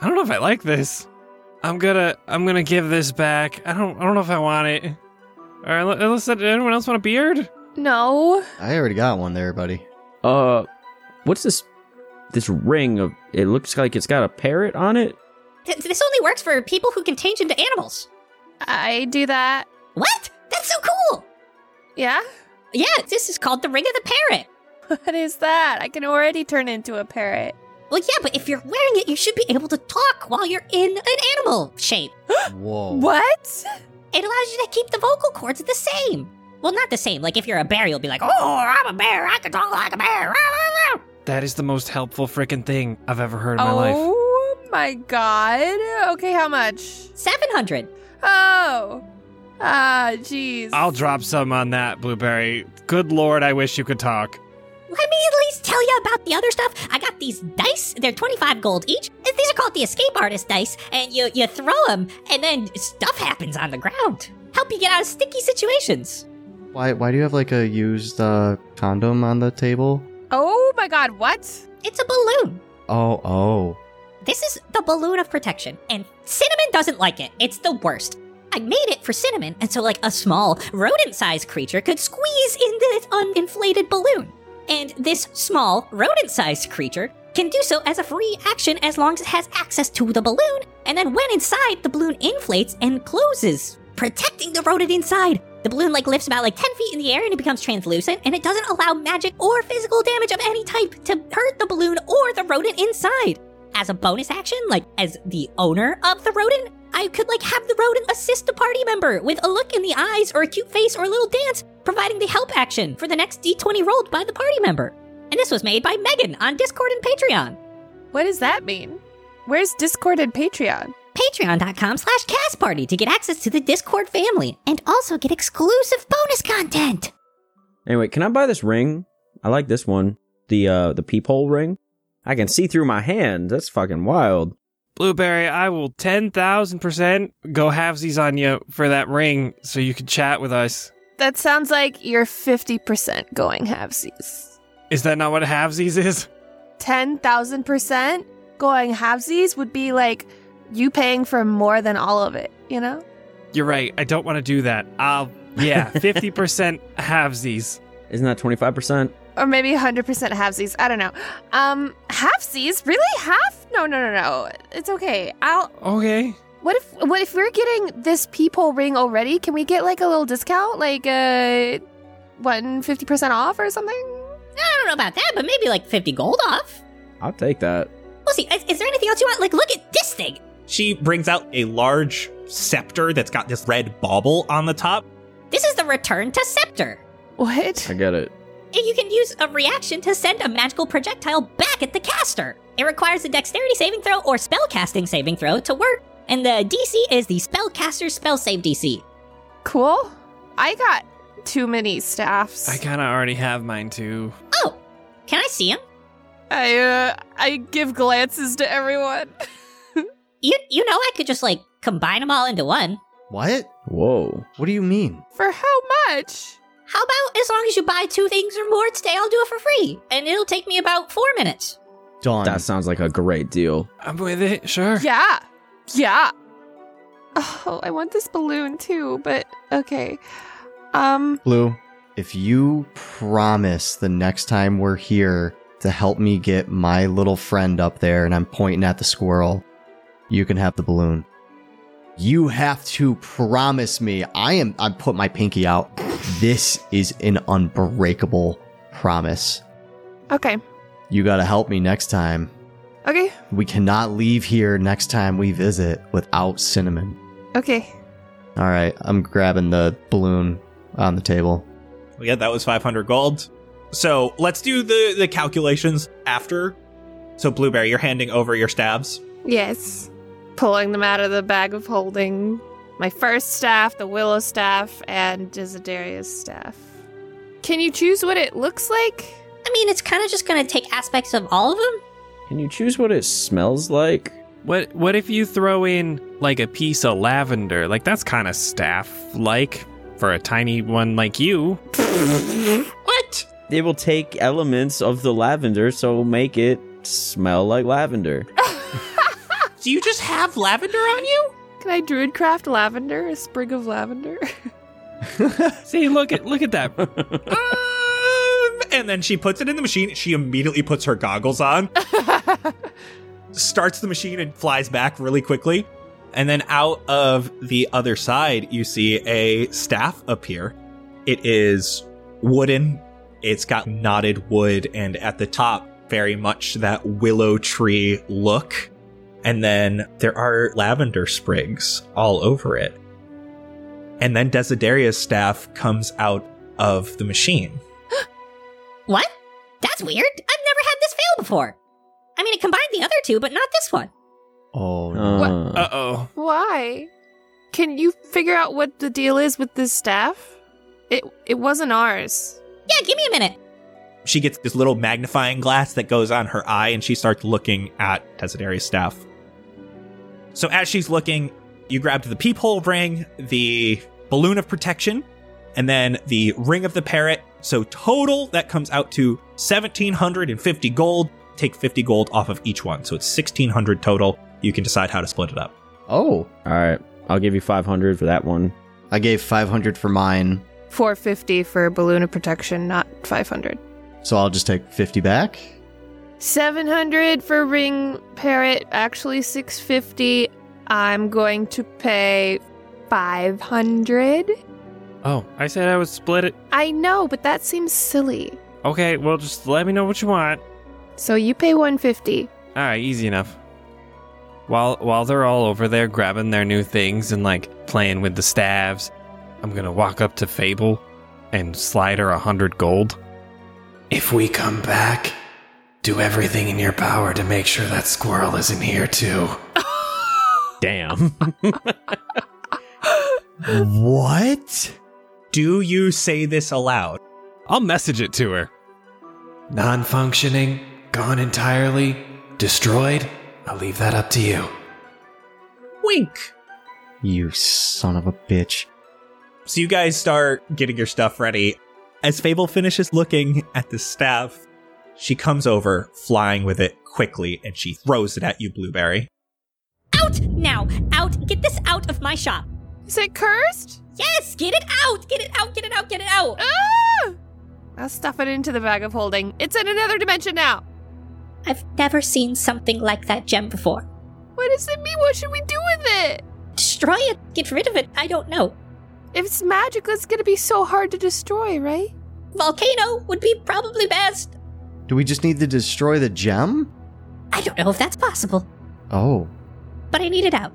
A: I don't know if I like this. I'm gonna I'm gonna give this back. I don't I don't know if I want it. Alright, unless anyone else want a beard?
G: No.
E: I already got one there, buddy.
C: Uh, what's this? This ring of it looks like it's got a parrot on it.
J: Th- this only works for people who can change into animals.
G: I do that.
J: What? That's so cool!
G: Yeah?
J: Yeah, this is called the Ring of the Parrot.
G: What is that? I can already turn into a parrot.
J: Well, yeah, but if you're wearing it, you should be able to talk while you're in an animal shape.
E: Whoa.
G: What?
J: It allows you to keep the vocal cords the same. Well, not the same. Like if you're a bear, you'll be like, "Oh, I'm a bear. I can talk like a bear."
A: That is the most helpful freaking thing I've ever heard in my life.
G: oh my god. Okay, how much?
J: Seven hundred.
G: Oh.
D: Uh,
G: Ah, jeez.
A: I'll drop some on that, Blueberry. Good lord, I wish you could talk.
J: Let me at least tell you about the other stuff. I got these dice. They're twenty-five gold each. And These are called the escape artist dice, and you you throw them, and then stuff happens on the ground. Help you get out of sticky situations.
E: Why, why do you have like a used uh, condom on the table?
G: Oh my god, what?
J: It's a balloon.
E: Oh, oh.
J: This is the balloon of protection, and Cinnamon doesn't like it. It's the worst. I made it for Cinnamon, and so like a small rodent-sized creature could squeeze in the uninflated balloon. And this small rodent-sized creature can do so as a free action as long as it has access to the balloon, and then when inside, the balloon inflates and closes, protecting the rodent inside. The balloon like lifts about like 10 feet in the air and it becomes translucent, and it doesn't allow magic or physical damage of any type to hurt the balloon or the rodent inside. as a bonus action, like as the owner of the rodent, I could like have the rodent assist a party member with a look in the eyes or a cute face or a little dance, providing the help action for the next d20 rolled by the party member. And this was made by Megan on Discord and Patreon.
D: What does that mean? Where's Discord and Patreon?
J: Patreon.com slash cast party to get access to the Discord family and also get exclusive bonus content.
C: Anyway, can I buy this ring? I like this one. The uh the peephole ring. I can see through my hand. That's fucking wild.
A: Blueberry, I will 10,000% go halvesies on you for that ring so you can chat with us.
D: That sounds like you're 50% going halvesies.
A: Is that not what halvesies is?
D: 10,000% going halvesies would be like you paying for more than all of it, you know?
A: You're right. I don't want to do that. I'll, yeah, 50% halvesies.
C: Isn't that 25%?
D: Or maybe 100% halvesies. I don't know. Um, halvesies? Really? Half? No, no, no, no. It's okay. I'll.
A: Okay.
D: What if what if we're getting this peephole ring already? Can we get like a little discount, like uh, what 50 percent off or something?
J: I don't know about that, but maybe like 50 gold off.
C: I'll take that.
J: We'll see. Is, is there anything else you want? Like, look at this thing.
B: She brings out a large scepter that's got this red bauble on the top.
J: This is the return to scepter.
D: What?
C: I get it.
J: You can use a reaction to send a magical projectile back at the caster. It requires a dexterity saving throw or spellcasting saving throw to work, and the DC is the spellcaster's spell save DC.
D: Cool. I got too many staffs.
A: I kind of already have mine too.
J: Oh, can I see him?
D: I uh, I give glances to everyone.
J: You you know I could just like combine them all into one.
E: What?
C: Whoa.
E: What do you mean?
D: For how much?
J: How about as long as you buy two things or more today, I'll do it for free, and it'll take me about four minutes.
E: Done.
C: That sounds like a great deal.
A: I'm with it, sure.
D: Yeah. Yeah. Oh, I want this balloon too, but okay. Um
E: Blue, if you promise the next time we're here to help me get my little friend up there and I'm pointing at the squirrel, you can have the balloon. You have to promise me. I am I put my pinky out. This is an unbreakable promise.
D: okay.
E: You got to help me next time.
D: Okay.
E: We cannot leave here next time we visit without cinnamon.
D: Okay.
E: All right, I'm grabbing the balloon on the table.
B: Yeah, that was 500 gold. So let's do the, the calculations after. So, Blueberry, you're handing over your stabs.
D: Yes. Pulling them out of the bag of holding. My first staff, the willow staff, and Desideria's staff. Can you choose what it looks like?
J: I mean, it's kind of just going to take aspects of all of them.
C: Can you choose what it smells like?
A: What what if you throw in like a piece of lavender? Like that's kind of staff like for a tiny one like you.
J: What?
C: It will take elements of the lavender, so it'll make it smell like lavender.
B: Do you just have lavender on you?
D: Can I druidcraft lavender? A sprig of lavender?
A: See, look at look at that.
B: Um, and then she puts it in the machine. She immediately puts her goggles on, starts the machine, and flies back really quickly. And then out of the other side, you see a staff appear. It is wooden, it's got knotted wood, and at the top, very much that willow tree look. And then there are lavender sprigs all over it. And then Desideria's staff comes out of the machine.
J: What? That's weird. I've never had this fail before. I mean, it combined the other two, but not this one.
E: Oh, no.
C: Uh,
A: Uh oh.
D: Why? Can you figure out what the deal is with this staff? It it wasn't ours.
J: Yeah, give me a minute.
B: she gets this little magnifying glass that goes on her eye and she starts looking at Desideria's staff. So as she's looking, you grabbed the peephole ring, the balloon of protection, and then the ring of the parrot. So total that comes out to 1750 gold. Take 50 gold off of each one. So it's 1600 total. You can decide how to split it up.
E: Oh,
C: all right. I'll give you 500 for that one.
E: I gave 500 for mine,
D: 450 for balloon of protection, not 500.
E: so I'll just take 50 back.
D: 700 for ring parrot, actually 650. I'm going to pay 500.
A: Oh, I said I would split it.
D: I know, but that seems silly.
A: Okay, well just let me know what you want.
D: So you pay 150.
A: All right, easy enough. While while they're all over there grabbing their new things and like playing with the staves, I'm gonna walk up to Fable and slide her a hundred gold.
K: If we come back, do everything in your power to make sure that squirrel isn't here too.
C: Damn.
B: What? Do you say this aloud?
A: I'll message it to her.
K: Non functioning, gone entirely, destroyed. I'll leave that up to you.
B: Wink.
E: You son of a bitch.
B: So you guys start getting your stuff ready. As Fable finishes looking at the staff, she comes over, flying with it quickly, and she throws it at you, Blueberry.
J: Out now! Out! Get this out of my shop!
D: Is it cursed?
J: Yes! Get it out! Get it out! Get it out! Get it out!
D: Ah! I'll stuff it into the bag of holding. It's in another dimension now.
J: I've never seen something like that gem before.
D: What does it mean? What should we do with it?
J: Destroy it! Get rid of it! I don't know.
D: If it's magical, it's gonna be so hard to destroy, right?
J: Volcano would be probably best.
E: Do we just need to destroy the gem?
J: I don't know if that's possible,
E: Oh.
J: but I need it out.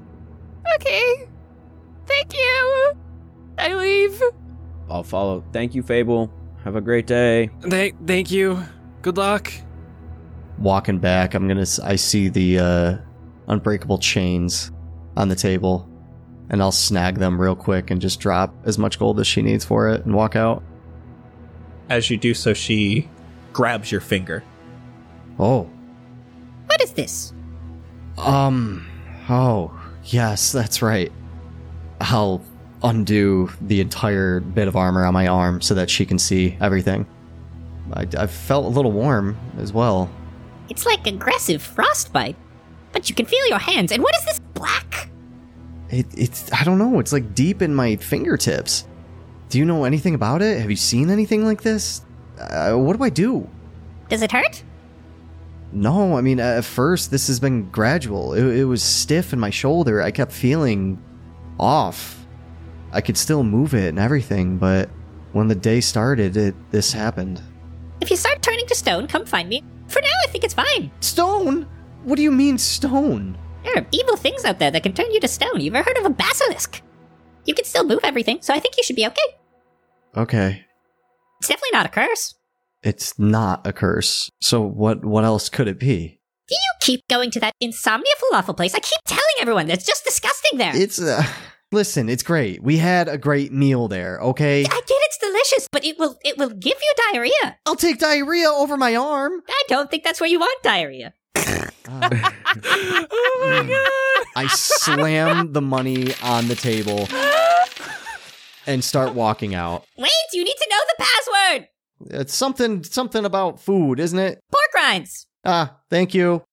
D: Okay. Thank you. I leave.
C: I'll follow. Thank you, Fable. Have a great day.
A: Thank thank you. Good luck.
E: Walking back, I'm gonna. s- I see the uh, unbreakable chains on the table, and I'll snag them real quick and just drop as much gold as she needs for it and walk out.
B: As you do so, she grabs your finger.
E: Oh.
J: What is this?
E: Um. Oh, yes, that's right. I'll undo the entire bit of armor on my arm so that she can see everything. I, I felt a little warm as well.
J: It's like aggressive frostbite. But you can feel your hands, and what is this black?
E: It, it's I don't know. It's like deep in my fingertips. Do you know anything about it? Have you seen anything like this? Uh, what do I do?
J: Does it hurt?
E: No, I mean at first this has been gradual. It, it was stiff in my shoulder. I kept feeling off. I could still move it and everything, but when the day started, it this happened.
J: If you start turning to stone, come find me. For now, I think it's fine.
E: Stone? What do you mean stone?
J: There are evil things out there that can turn you to stone. You've ever heard of a basilisk? You can still move everything, so I think you should be okay.
E: Okay,
J: It's definitely not a curse.
E: it's not a curse. So what? What else could it be?
J: Do you keep going to that insomnia falafel place? I keep telling everyone that's just disgusting there.
E: It's uh, listen. It's great. We had a great meal there. Okay.
J: I get it's delicious, but it will it will give you diarrhea.
E: I'll take diarrhea over my arm.
J: I don't think that's where you want diarrhea.
E: I slam the money on the table and start walking out.
J: Wait, you need to know the password.
E: It's something something about food, isn't it?
J: Pork rinds.
E: Ah, thank you.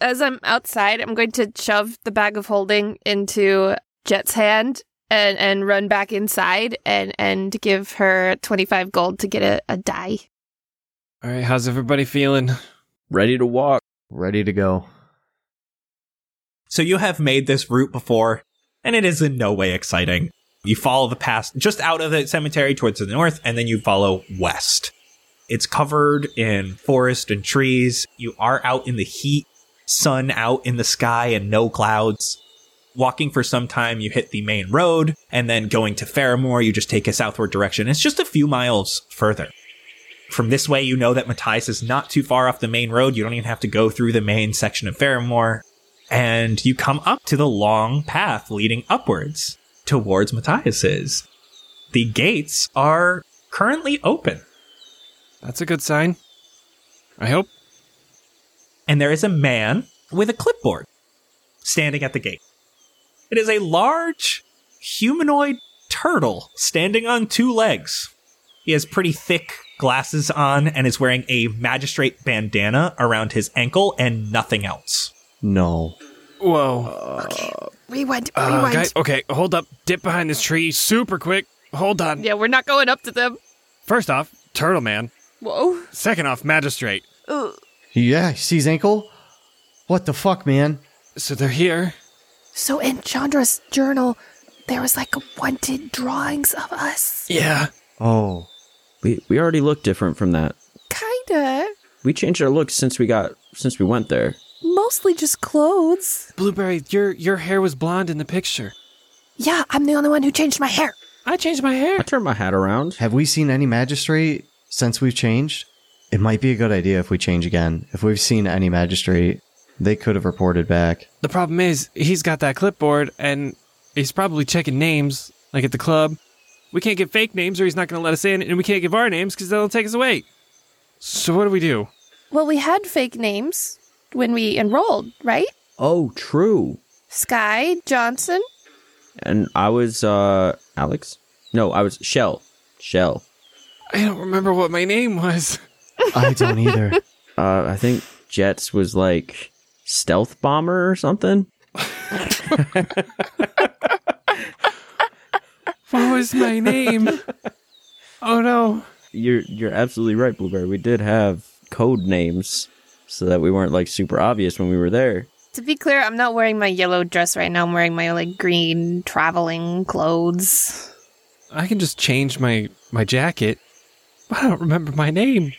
D: As I'm outside, I'm going to shove the bag of holding into Jet's hand and, and run back inside and, and give her 25 gold to get a, a die.
A: All right, how's everybody feeling?
C: Ready to walk.
E: Ready to go.
B: So you have made this route before, and it is in no way exciting. You follow the path just out of the cemetery towards the north, and then you follow west. It's covered in forest and trees. You are out in the heat, sun out in the sky, and no clouds. Walking for some time, you hit the main road, and then going to Faramore, you just take a southward direction. It's just a few miles further. From this way, you know that Matthias is not too far off the main road. You don't even have to go through the main section of Faramore. And you come up to the long path leading upwards towards Matthias's. The gates are currently open.
A: That's a good sign. I hope.
B: And there is a man with a clipboard standing at the gate. It is a large humanoid turtle standing on two legs. He has pretty thick glasses on and is wearing a magistrate bandana around his ankle and nothing else.
E: No.
A: Whoa.
C: Uh,
D: Rewind,
A: Uh,
D: rewind.
A: guy- okay, hold up. Dip behind this tree super quick. Hold on.
D: Yeah, we're not going up to them.
A: First off, Turtle Man.
D: Whoa.
A: Second off, Magistrate.
D: Ugh.
E: Yeah, you see his ankle? What the fuck, man?
A: So they're here.
D: So in Chandra's journal, there was like wanted drawings of us.
A: Yeah.
E: Oh.
C: We we already look different from that.
D: Kinda.
C: We changed our looks since we got since we went there.
G: mostly just clothes.
A: Blueberry, your your hair was blonde in the picture.
G: Yeah, I'm the only one who changed my hair.
A: I changed my hair.
E: Turn my hat around. Have we seen any magistrate since we've changed? It might be a good idea if we change again. If we've seen any magistrate, they could have reported back.
A: The problem is he's got that clipboard and he's probably checking names like at the club. We can't get fake names or he's not going to let us in, and we can't give our names because they'll take us away. So what do we do?
D: Well, we had fake names when we enrolled, right?
C: Oh, true.
D: Sky Johnson.
C: And I was uh Alex? No, I was Shell. Shell.
A: I don't remember what my name was.
E: I don't either.
C: Uh I think Jets was like Stealth Bomber or something.
A: What was my name? oh no.
C: You're you're absolutely right, Blueberry. We did have code names so that we weren't like super obvious when we were there.
D: To be clear, I'm not wearing my yellow dress right now. I'm wearing my like green traveling clothes.
A: I can just change my my jacket. But I don't remember my name.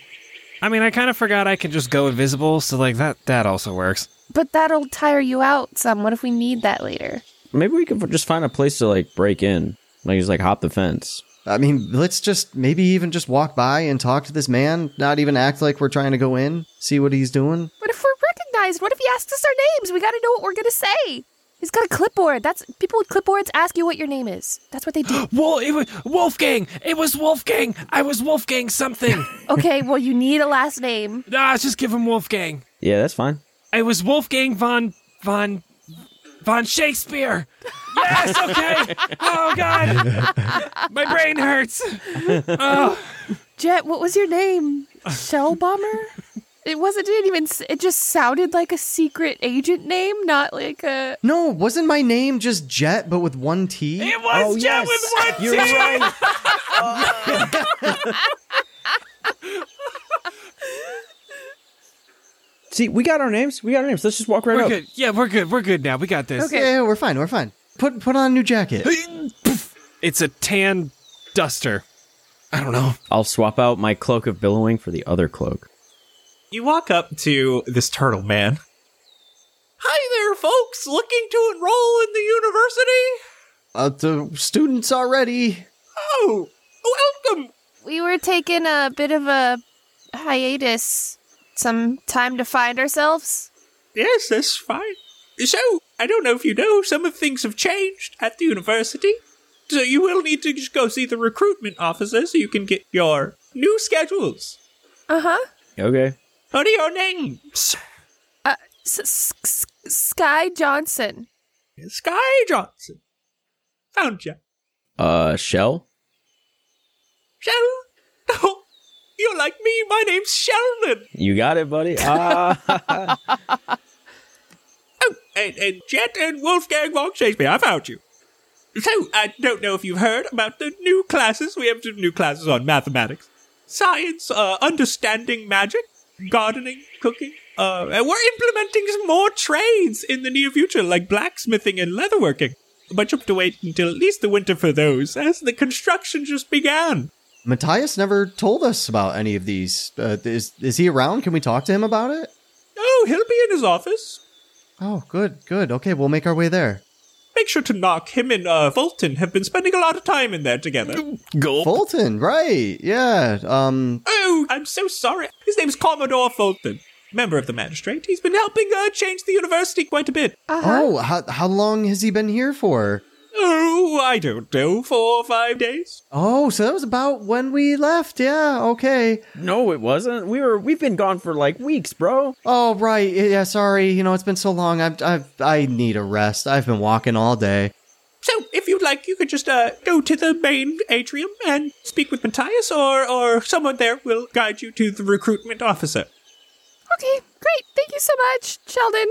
A: I mean, I kind of forgot I can just go invisible, so like that that also works.
D: But that'll tire you out some. What if we need that later?
C: Maybe we could just find a place to like break in. Like just like hop the fence.
E: I mean, let's just maybe even just walk by and talk to this man, not even act like we're trying to go in, see what he's doing.
L: What if we're recognized? What if he asks us our names? We got to know what we're going to say. He's got a clipboard. That's people with clipboards ask you what your name is. That's what they do.
A: Well, it was Wolfgang. It was Wolfgang. I was Wolfgang something.
L: okay, well you need a last name.
A: nah, let's just give him Wolfgang.
C: Yeah, that's fine.
A: It was Wolfgang von von von Shakespeare. Yes, okay. oh god. My brain hurts. Oh.
L: Jet, what was your name? Shell bomber? It wasn't it didn't even s- it just sounded like a secret agent name, not like a
E: No, wasn't my name just Jet, but with one T? It
A: was
L: Oh, Jet yes.
A: with one
L: You're T. right.
C: See, we got our names. We got our names. Let's just walk right
A: we're
C: up.
A: good. Yeah, we're good. We're good now. We got this.
E: Okay, yeah, yeah, we're fine. We're fine. Put put on a new jacket.
A: It's a tan duster. I don't know.
C: I'll swap out my cloak of billowing for the other cloak.
B: You walk up to this turtle man. Hi there, folks. Looking to enroll in the university?
E: Uh, the students already.
B: Oh, welcome.
D: We were taking a bit of a hiatus, some time to find ourselves.
B: Yes, that's fine. So, I don't know if you know, some of things have changed at the university. So you will need to just go see the recruitment officer so you can get your new schedules.
L: Uh huh.
C: Okay.
B: What are your names?
L: Uh, s- s- s- Sky Johnson.
B: Sky Johnson. Found you.
C: Uh, shell.
B: Shell. Oh, you're like me. My name's Sheldon. Oh,
C: You got it, buddy. Ah.
B: And, and Jet and Wolfgang von Shakespeare. I found you. So, I don't know if you've heard about the new classes. We have some new classes on mathematics, science, uh, understanding magic, gardening, cooking. Uh, and we're implementing some more trades in the near future, like blacksmithing and leatherworking. But you have to wait until at least the winter for those, as the construction just began.
E: Matthias never told us about any of these. Uh, is is he around? Can we talk to him about it?
B: Oh, he'll be in his office.
E: Oh, good, good. Okay, we'll make our way there.
B: Make sure to knock. Him and uh, Fulton have been spending a lot of time in there together.
E: Fulton, right? Yeah. Um.
B: Oh, I'm so sorry. His name's Commodore Fulton, member of the magistrate. He's been helping uh, change the university quite a bit.
E: Oh, how how long has he been here for?
B: Oh, I don't know, four or five days.
E: Oh, so that was about when we left. Yeah. Okay.
C: No, it wasn't. We were we've been gone for like weeks, bro.
E: Oh, right. Yeah. Sorry. You know, it's been so long. I I I need a rest. I've been walking all day.
B: So, if you'd like, you could just uh, go to the main atrium and speak with Matthias, or, or someone there will guide you to the recruitment officer.
L: Okay, great. Thank you so much, Sheldon.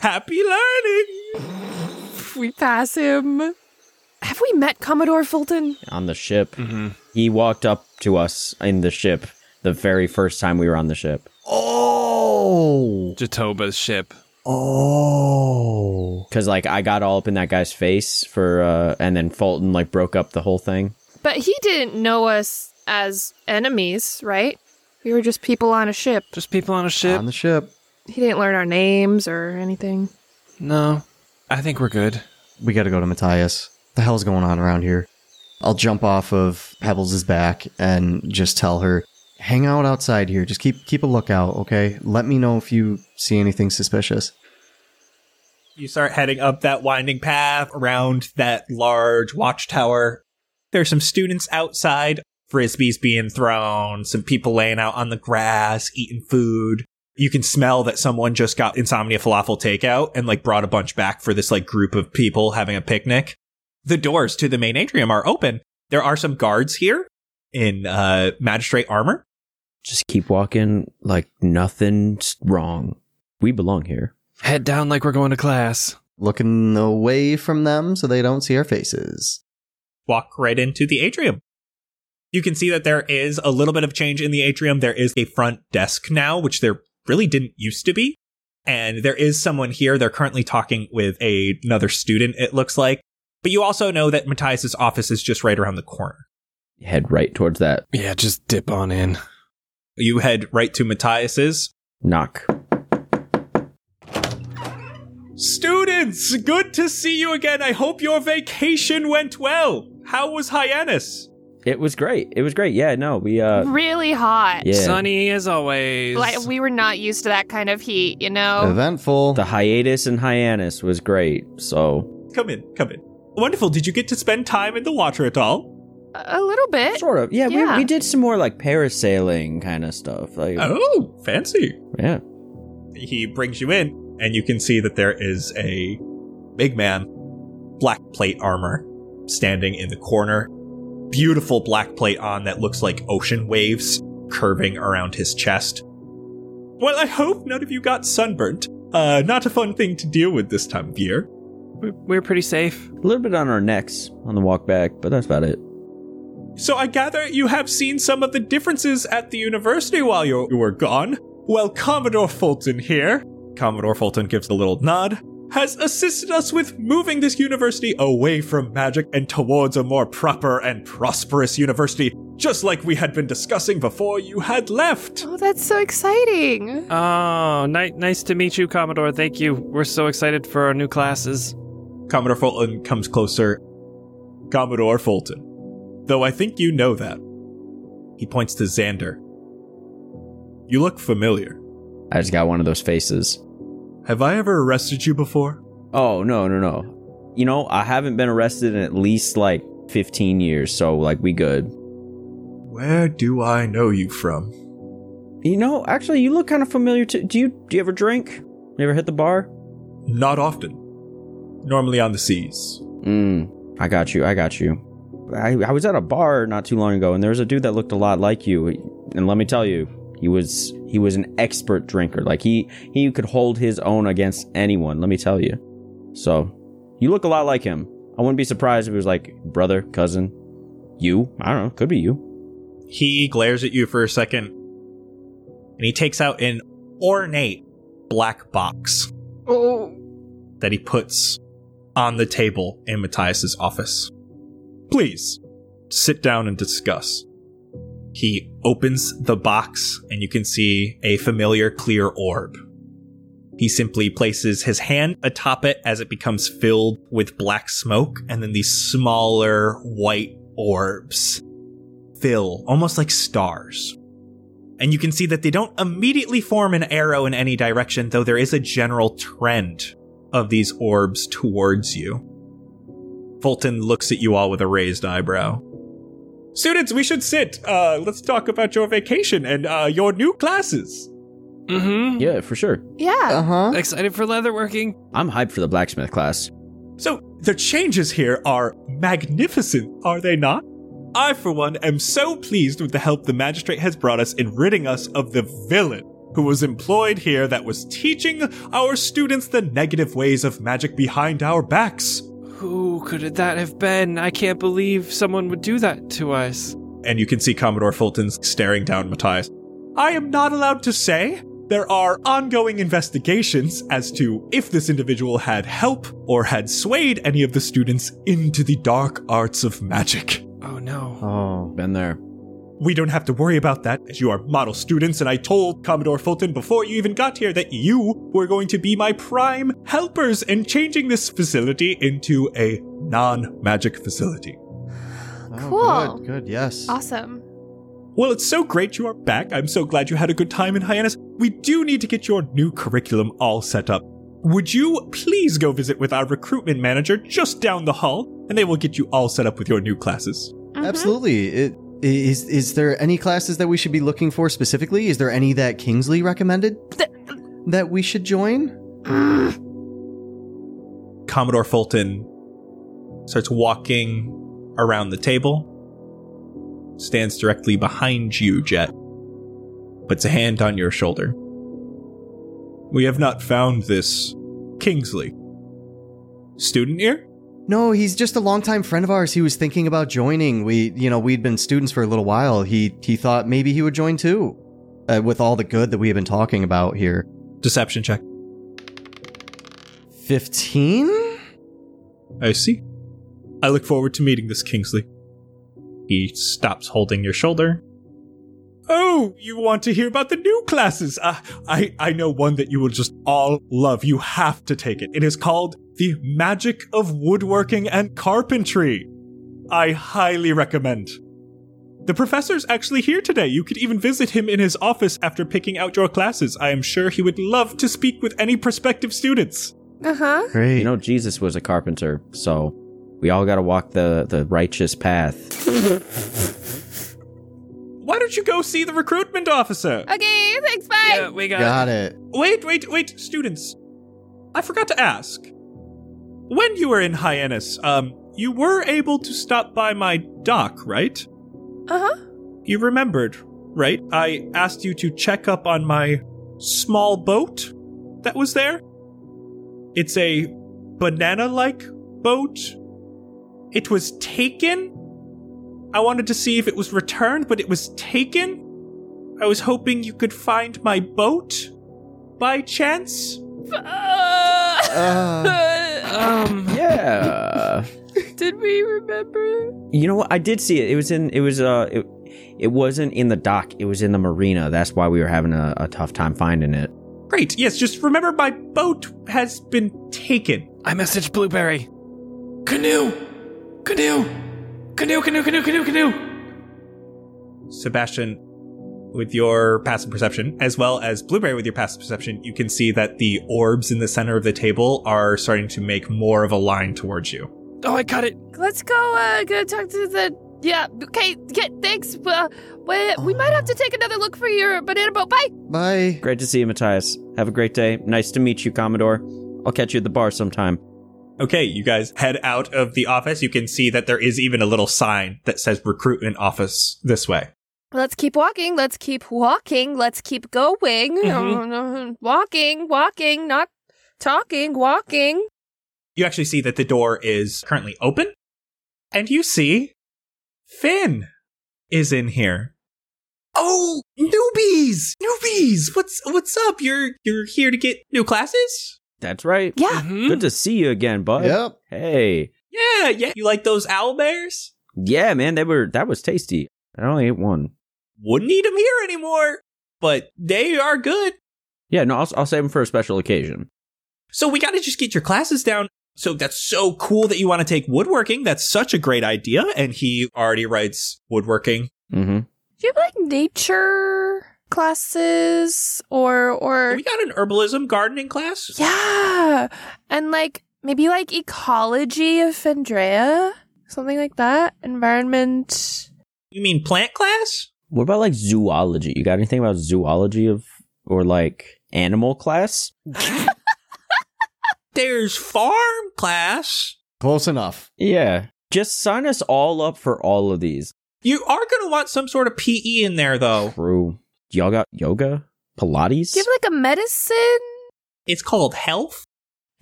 B: Happy learning.
L: We pass him. Have we met Commodore Fulton?
C: On the ship,
A: Mm-hmm.
C: he walked up to us in the ship the very first time we were on the ship.
E: Oh,
A: Jatoba's ship.
E: Oh,
C: because like I got all up in that guy's face for, uh and then Fulton like broke up the whole thing.
D: But he didn't know us as enemies, right? We were just people on a ship.
A: Just people on a ship.
E: On the ship.
L: He didn't learn our names or anything.
E: No, I think we're good. We gotta go to Matthias. The hell's going on around here? I'll jump off of Pebbles' back and just tell her, hang out outside here. Just keep keep a lookout, okay? Let me know if you see anything suspicious.
B: You start heading up that winding path around that large watchtower. There's some students outside, frisbees being thrown, some people laying out on the grass, eating food. You can smell that someone just got insomnia falafel takeout and like brought a bunch back for this like group of people having a picnic. The doors to the main atrium are open. There are some guards here in uh, magistrate armor.
C: Just keep walking like nothing's wrong. We belong here.
E: Head down like we're going to class. Looking away from them so they don't see our faces.
B: Walk right into the atrium. You can see that there is a little bit of change in the atrium. There is a front desk now, which there really didn't used to be. And there is someone here. They're currently talking with a- another student, it looks like. But you also know that Matthias's office is just right around the corner.
C: Head right towards that.
B: Yeah, just dip on in. You head right to Matthias's.
C: Knock.
B: Students, good to see you again. I hope your vacation went well. How was Hyannis?
C: It was great. It was great. Yeah, no, we uh
D: Really hot.
C: Yeah.
A: Sunny as always.
D: Like we were not used to that kind of heat, you know.
C: eventful. The hiatus in Hyannis was great. So
B: Come in, come in. Wonderful. Did you get to spend time in the water at all?
D: A little bit.
C: Sort of. Yeah, We, we did some more like parasailing kind of stuff. Like
B: Oh, fancy.
C: Yeah.
B: He brings you in, and you can see that there is a big man, black plate armor, standing in the corner. Beautiful black plate on that looks like ocean waves curving around his chest. Well, I hope none of you got sunburnt. Uh, not a fun thing to deal with this time of year.
C: We're pretty safe. A little bit on our necks on the walk back, but that's about it.
B: So I gather you have seen some of the differences at the university while you you were gone. Well, Commodore Fulton here, Commodore Fulton gives a little nod, has assisted us with moving this university away from magic and towards a more proper and prosperous university, just like we had been discussing before you had left.
L: Oh, that's so exciting.
A: Oh, ni- nice to meet you, Commodore. Thank you. We're so excited for our new classes.
B: Commodore Fulton comes closer. Commodore Fulton. Though I think you know that. He points to Xander. You look familiar.
C: I just got one of those faces.
B: Have I ever arrested you before?
C: Oh, no, no, no. You know, I haven't been arrested in at least like 15 years, so like we good.
B: Where do I know you from?
C: You know, actually you look kind of familiar to Do you do you ever drink? You ever hit the bar?
B: Not often. Normally on the seas.
C: Mm, I got you. I got you. I, I was at a bar not too long ago, and there was a dude that looked a lot like you. And let me tell you, he was he was an expert drinker. Like he he could hold his own against anyone. Let me tell you. So, you look a lot like him. I wouldn't be surprised if it was like brother, cousin, you. I don't know. Could be you.
B: He glares at you for a second, and he takes out an ornate black box
L: Oh,
B: that he puts on the table in Matthias's office. Please sit down and discuss. He opens the box, and you can see a familiar clear orb. He simply places his hand atop it as it becomes filled with black smoke, and then these smaller white orbs fill, almost like stars. And you can see that they don't immediately form an arrow in any direction, though there is a general trend of these orbs towards you. Fulton looks at you all with a raised eyebrow. Students, we should sit. Uh, let's talk about your vacation and uh, your new classes.
A: Mm-hmm.
C: Yeah, for sure.
L: Yeah.
E: Uh-huh.
A: Excited for leatherworking.
C: I'm hyped for the blacksmith class.
B: So, the changes here are magnificent, are they not? I, for one, am so pleased with the help the magistrate has brought us in ridding us of the villain who was employed here that was teaching our students the negative ways of magic behind our backs.
A: Who could that have been? I can't believe someone would do that to us.
B: And you can see Commodore Fulton staring down Matthias. I am not allowed to say. There are ongoing investigations as to if this individual had help or had swayed any of the students into the dark arts of magic.
A: Oh no.
E: Oh,
C: been there.
B: We don't have to worry about that, as you are model students, and I told Commodore Fulton before you even got here that you were going to be my prime helpers in changing this facility into a non magic facility.
A: Oh,
D: Cool.
E: Good, good, yes.
B: Um, uh,
D: Awesome.
B: Well, it's so great you are back. I'm so glad you had a good time in Hyannis. We do need to get your new curriculum all set up. Would you please go visit with our recruitment manager just down the hall, and they will get you all set up with your new classes?
E: Absolutely. It, is is there any classes that we should be looking for specifically? Is there any that Kingsley recommended that we should join?
B: Commodore Fulton starts walking around the table, stands directly behind you, Jet, puts a hand on your shoulder. We have not found this Kingsley. Student here?
E: No, he's just a longtime friend of ours. He was thinking about joining. We, you know, we'd been students for a little while. He he thought maybe he would join too, uh, with all the good that we have been talking about here.
B: Deception check.
E: Fifteen.
B: I see. I look forward to meeting this Kingsley. He stops holding your shoulder. Oh, you want to hear about the new classes? Uh, I I know one that you will just all love. You have to take it. It is called The Magic of Woodworking and Carpentry. I highly recommend. The professor's actually here today. You could even visit him in his office after picking out your classes. I am sure he would love to speak with any prospective students.
L: Uh huh.
C: You know, Jesus was a carpenter, so we all got to walk the, the righteous path.
B: Why don't you go see the recruitment officer?
L: Okay, thanks, bye.
B: Yeah, we
E: it.
B: Wait, wait, wait, students. I forgot to ask. When you were in Hyannis, um, you were able to stop by my dock, right?
L: Uh huh.
B: You remembered, right? I asked you to check up on my small boat that was there. It's a banana like boat. It was taken. I wanted to see if it was returned, but it was taken. I was hoping you could find my boat by chance.
C: um, yeah.
L: Uh, Did we remember?
C: You know what? I did see it. It was in. It was. Uh. It, it wasn't in the dock. It was in the marina. That's why we were having a, a tough time finding it.
B: Great. Yes, just remember my boat has been taken.
A: I messaged Blueberry.
K: Canoe! Canoe! Canoe, canoe, canoe, canoe, canoe!
B: Sebastian, with your passive perception, as well as Blueberry with your passive perception, you can see that the orbs in the center of the table are starting to make more of a line towards you.
A: Oh, I got it.
L: Let's go. Uh, go talk to the. Yeah. Okay. Get. Thanks. Uh, we,
C: Oh.
L: we might have to take another look for your banana boat. Bye.
E: Bye.
C: Great to see you, Matthias. Have a great day. Nice to meet you, Commodore. I'll catch you at the bar sometime.
B: Okay, you guys head out of the office. You can see that there is even a little sign that says recruitment office this way.
L: Let's keep walking. Let's keep walking. Let's keep going.
A: Mm-hmm.
L: walking. Walking. Not talking. Walking.
B: You actually see that the door is currently open. And you see Finn is in here. Oh, newbies! Newbies! What's what's up? You're you're here to get new classes?
C: That's right. Mm-hmm.
L: Yeah.
B: Mm.
C: Good to see you again, bud.
E: Yep.
C: Hey.
B: Yeah, yeah. You like those owl bears?
C: Yeah, man. They were. That was tasty. I only ate one.
B: Wouldn't eat them here anymore, but they are good.
C: Yeah. No, I'll, I'll save them for a special occasion.
B: So we got to just get your classes down. So that's so cool that you want to take woodworking. That's such a great idea. And he already writes woodworking.
C: Mm-hmm.
L: Do you have like nature classes or or
B: We got an herbalism gardening class.
L: yeah, and like maybe like ecology of Fendrea, something like that. Environment.
B: You mean plant class?
C: What about like zoology? You got anything about zoology of or like animal class?
B: There's farm class.
E: Close enough.
C: Yeah. Just sign us all up for all of these.
B: You are going to want some sort of PE in there, though.
C: True. Y'all got yoga, Pilates.
L: Do you have like a medicine?
B: It's called health.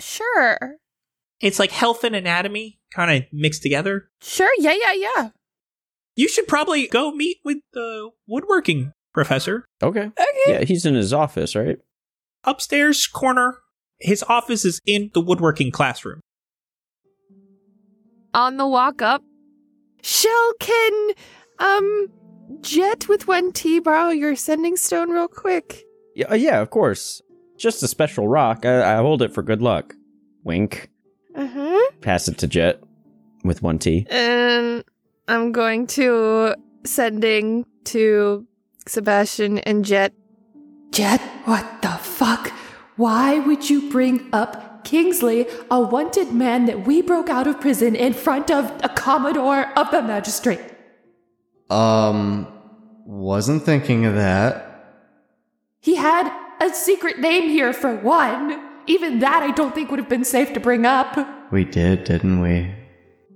L: Sure.
B: It's like health and anatomy kind of mixed together.
L: Sure. Yeah. Yeah. Yeah.
B: You should probably go meet with the woodworking professor.
C: Okay.
L: Okay.
C: Yeah, he's in his office, right?
B: Upstairs corner, his office is in the woodworking classroom.
D: On the walk up,
L: Shell can um
D: Jet with one T, borrow your sending stone real quick.
C: Yeah, uh, yeah, of course. Just a special rock. I, I hold it for good luck. Wink.
D: Uh
L: Uh-huh.
D: huh.
C: Pass it to Jet with one T.
D: And I'm going to sending to Sebastian and Jet.
L: Jet, what the fuck? Why would you bring up Kingsley, a wanted man that we broke out of prison in front of a commodore of the magistrate?
E: Um, wasn't thinking of that.
L: He had a secret name here for one. Even that I don't think would have been safe to bring up.
E: We did, didn't we?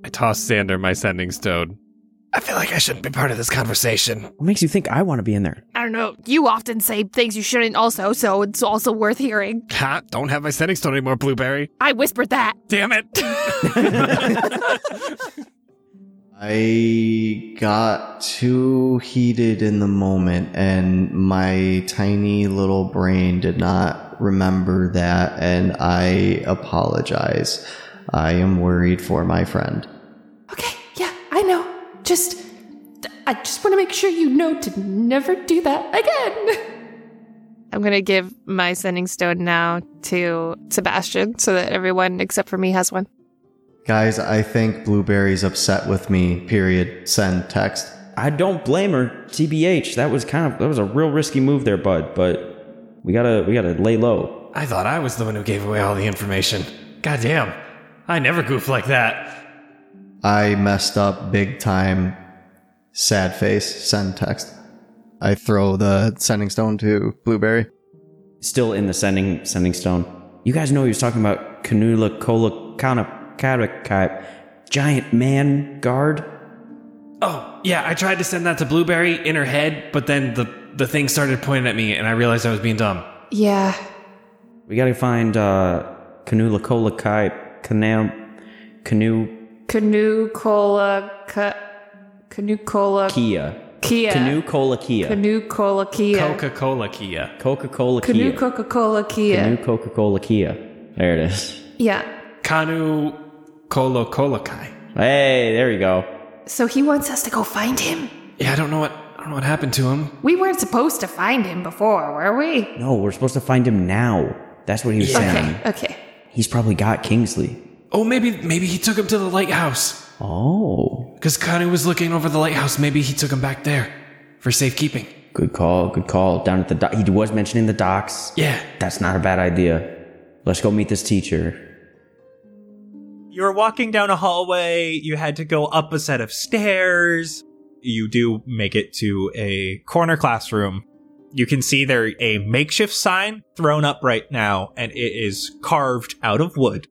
M: I tossed Sander my sending stone.
N: I feel like I shouldn't be part of this conversation.
C: What makes you think I want to be in there?
D: I don't know. You often say things you shouldn't, also, so it's also worth hearing.
N: Ha! Don't have my sending stone anymore, Blueberry.
D: I whispered that.
N: Damn it!
E: I got too heated in the moment, and my tiny little brain did not remember that, and I apologize. I am worried for my friend.
L: Yeah, I know. Just, I just want to make sure you know to never do that again.
D: I'm going to give my sending stone now to Sebastian so that everyone except for me has one.
E: Guys, I think Blueberry's upset with me. Period. Send text.
C: I don't blame her. TBH, that was kind of that was a real risky move there, bud. But we gotta we gotta lay low.
N: I thought I was the one who gave away all the information. Goddamn. I never goof like that.
E: I messed up big time. Sad face. Send text. I throw the sending stone to Blueberry.
C: Still in the sending sending stone. You guys know he was talking about Canula Cola Kana Karakai, giant man guard.
A: Oh, yeah, I tried to send that to Blueberry in her head, but then the, the thing started pointing at me and I realized I was being dumb.
D: Yeah.
C: We gotta find uh Canula Cola Kai Canam Canoe
D: Canoe cola, ca- canoe cola,
C: Kia.
D: Kia.
C: Canoe Cola Kia.
D: canoe cola, Kia.
C: Cola Kia. Coca Cola
D: Canoe
C: Kia.
D: Coca Cola Kia.
C: Canoe Coca Cola Kia. There it is.
D: Yeah.
A: Kanu Kolo Kolokai.
C: Hey, there you go.
L: So he wants us to go find him.
A: Yeah, I don't know what I don't know what happened to him.
L: We weren't supposed to find him before, were we?
C: No, we're supposed to find him now. That's what he was saying.
L: Okay.
C: He's probably got Kingsley.
A: Oh, maybe maybe he took him to the lighthouse.
C: Oh.
A: Because Kanu was looking over the lighthouse. Maybe he took him back there for safekeeping.
C: Good call, good call. Down at the dock. He was mentioning the docks.
A: Yeah.
C: That's not a bad idea. Let's go meet this teacher.
B: You were walking down a hallway, you had to go up a set of stairs. You do make it to a corner classroom. You can see there a makeshift sign thrown up right now, and it is carved out of wood.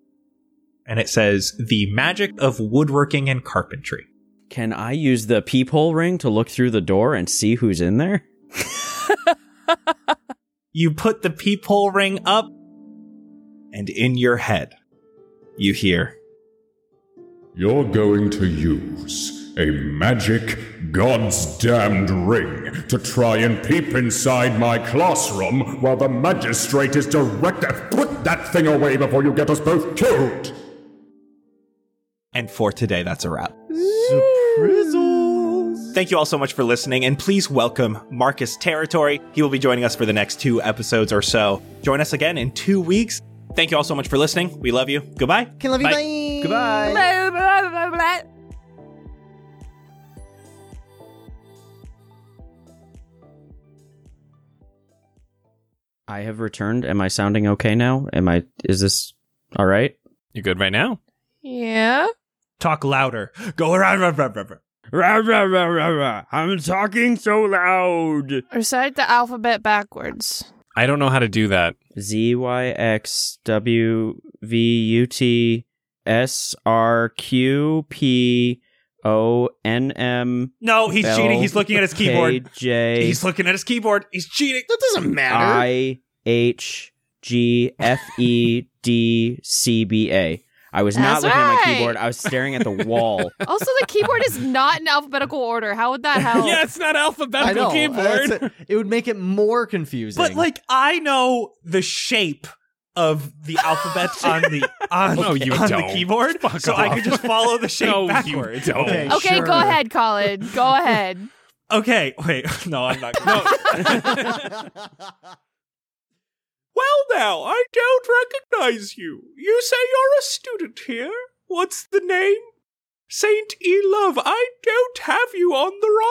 B: And it says, The Magic of Woodworking and Carpentry.
C: Can I use the peephole ring to look through the door and see who's in there?
B: You put the peephole ring up, and in your head, you hear,
O: You're going to use a magic god's damned ring to try and peep inside my classroom while the magistrate is directed. Put that thing away before you get us both killed!
B: And for today, that's a wrap. Surprisals! Thank you all so much for listening, and please welcome Marcus Territory. He will be joining us for the next two episodes or so. Join us again in two weeks. Thank you all so much for listening. We love you. Goodbye.
D: Can love you. Bye.
B: Goodbye.
D: Blah, blah, blah, blah, blah.
C: I have returned. Am I sounding okay now? Am I is this all right?
A: You good right now?
D: Yeah.
B: Talk louder. Go around. Rah, rah, rah, rah.
P: Rah, rah, rah, rah, rah. I'm talking so loud.
D: Recite the alphabet backwards.
A: I don't know how to do that.
C: Z Y X W V U T S R Q P O N M.
B: No, he's cheating. He's looking at his keyboard.
C: J.
B: He's looking at his keyboard. He's cheating. That
C: doesn't I H G F E D C B A. I was
D: That's
C: not looking at my
D: right.
C: keyboard. I was staring at the wall.
D: Also, the keyboard is not in alphabetical order. How would that help?
A: yeah, it's not
E: I
A: alphabetical
E: know.
A: keyboard.
E: that's It. It would make it more confusing.
B: But like I know the shape of the alphabet on the on,
E: No, you
B: on the
E: don't.
B: keyboard,
E: Fuck
B: so I
E: off.
B: could just follow the shape
E: No, you
B: backwards.
E: don't.
D: Okay, go ahead, Colin. Go ahead.
Q: Okay, wait. No, I'm not. No.
B: Well, now, I don't recognize you. You say you're a student here. What's the name? Saint E. Love, I don't have you on the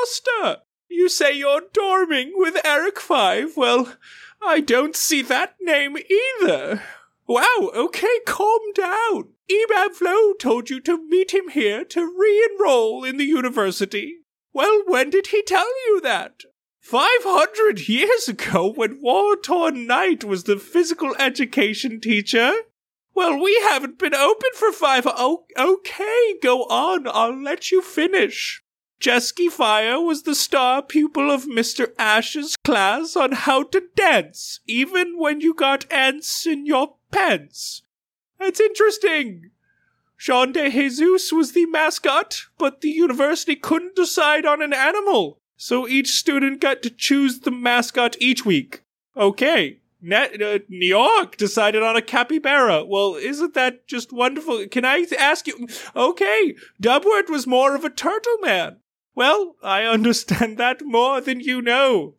B: roster. You say you're dorming with Eric Five. Well, I don't see that name either. Wow, okay, calm down. Ebab Flow told you to meet him here to re enroll in the university. Well, when did he tell you that? 500 years ago, when War Torn Knight was the physical education teacher? Well, we haven't been open for five. Oh, okay, go on. I'll let you finish. Jesky Fire was the star pupil of Mr. Ash's class on how to dance, even when you got ants in your pants. That's interesting. Jean de Jesus was the mascot, but the university couldn't decide on an animal, so each student got to choose the mascot each week. Okay, Net, uh, New York decided on a capybara. Well, isn't that just wonderful? Can I ask you? Okay, Dubward was more of a turtle man. Well, I understand that more than you know.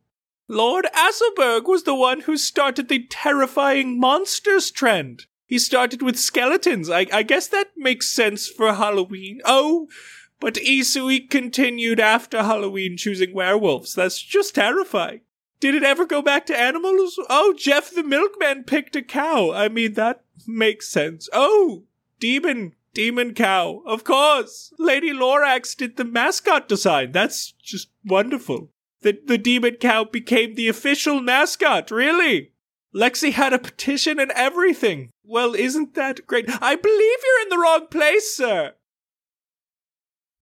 B: Lord Asselberg was the one who started the terrifying monsters trend. He started with skeletons. I, I guess that makes sense for Halloween. Oh, but Isui continued after Halloween choosing werewolves. That's just terrifying. Did it ever go back to animals? Oh, Jeff the milkman picked a cow. I mean, that makes sense. Oh, demon, demon cow. Of course. Lady Lorax did the mascot design. That's just wonderful. The, the demon cow became the official mascot. Really? Lexi had a petition and everything. Well, isn't that great? I believe you're in the wrong place, sir.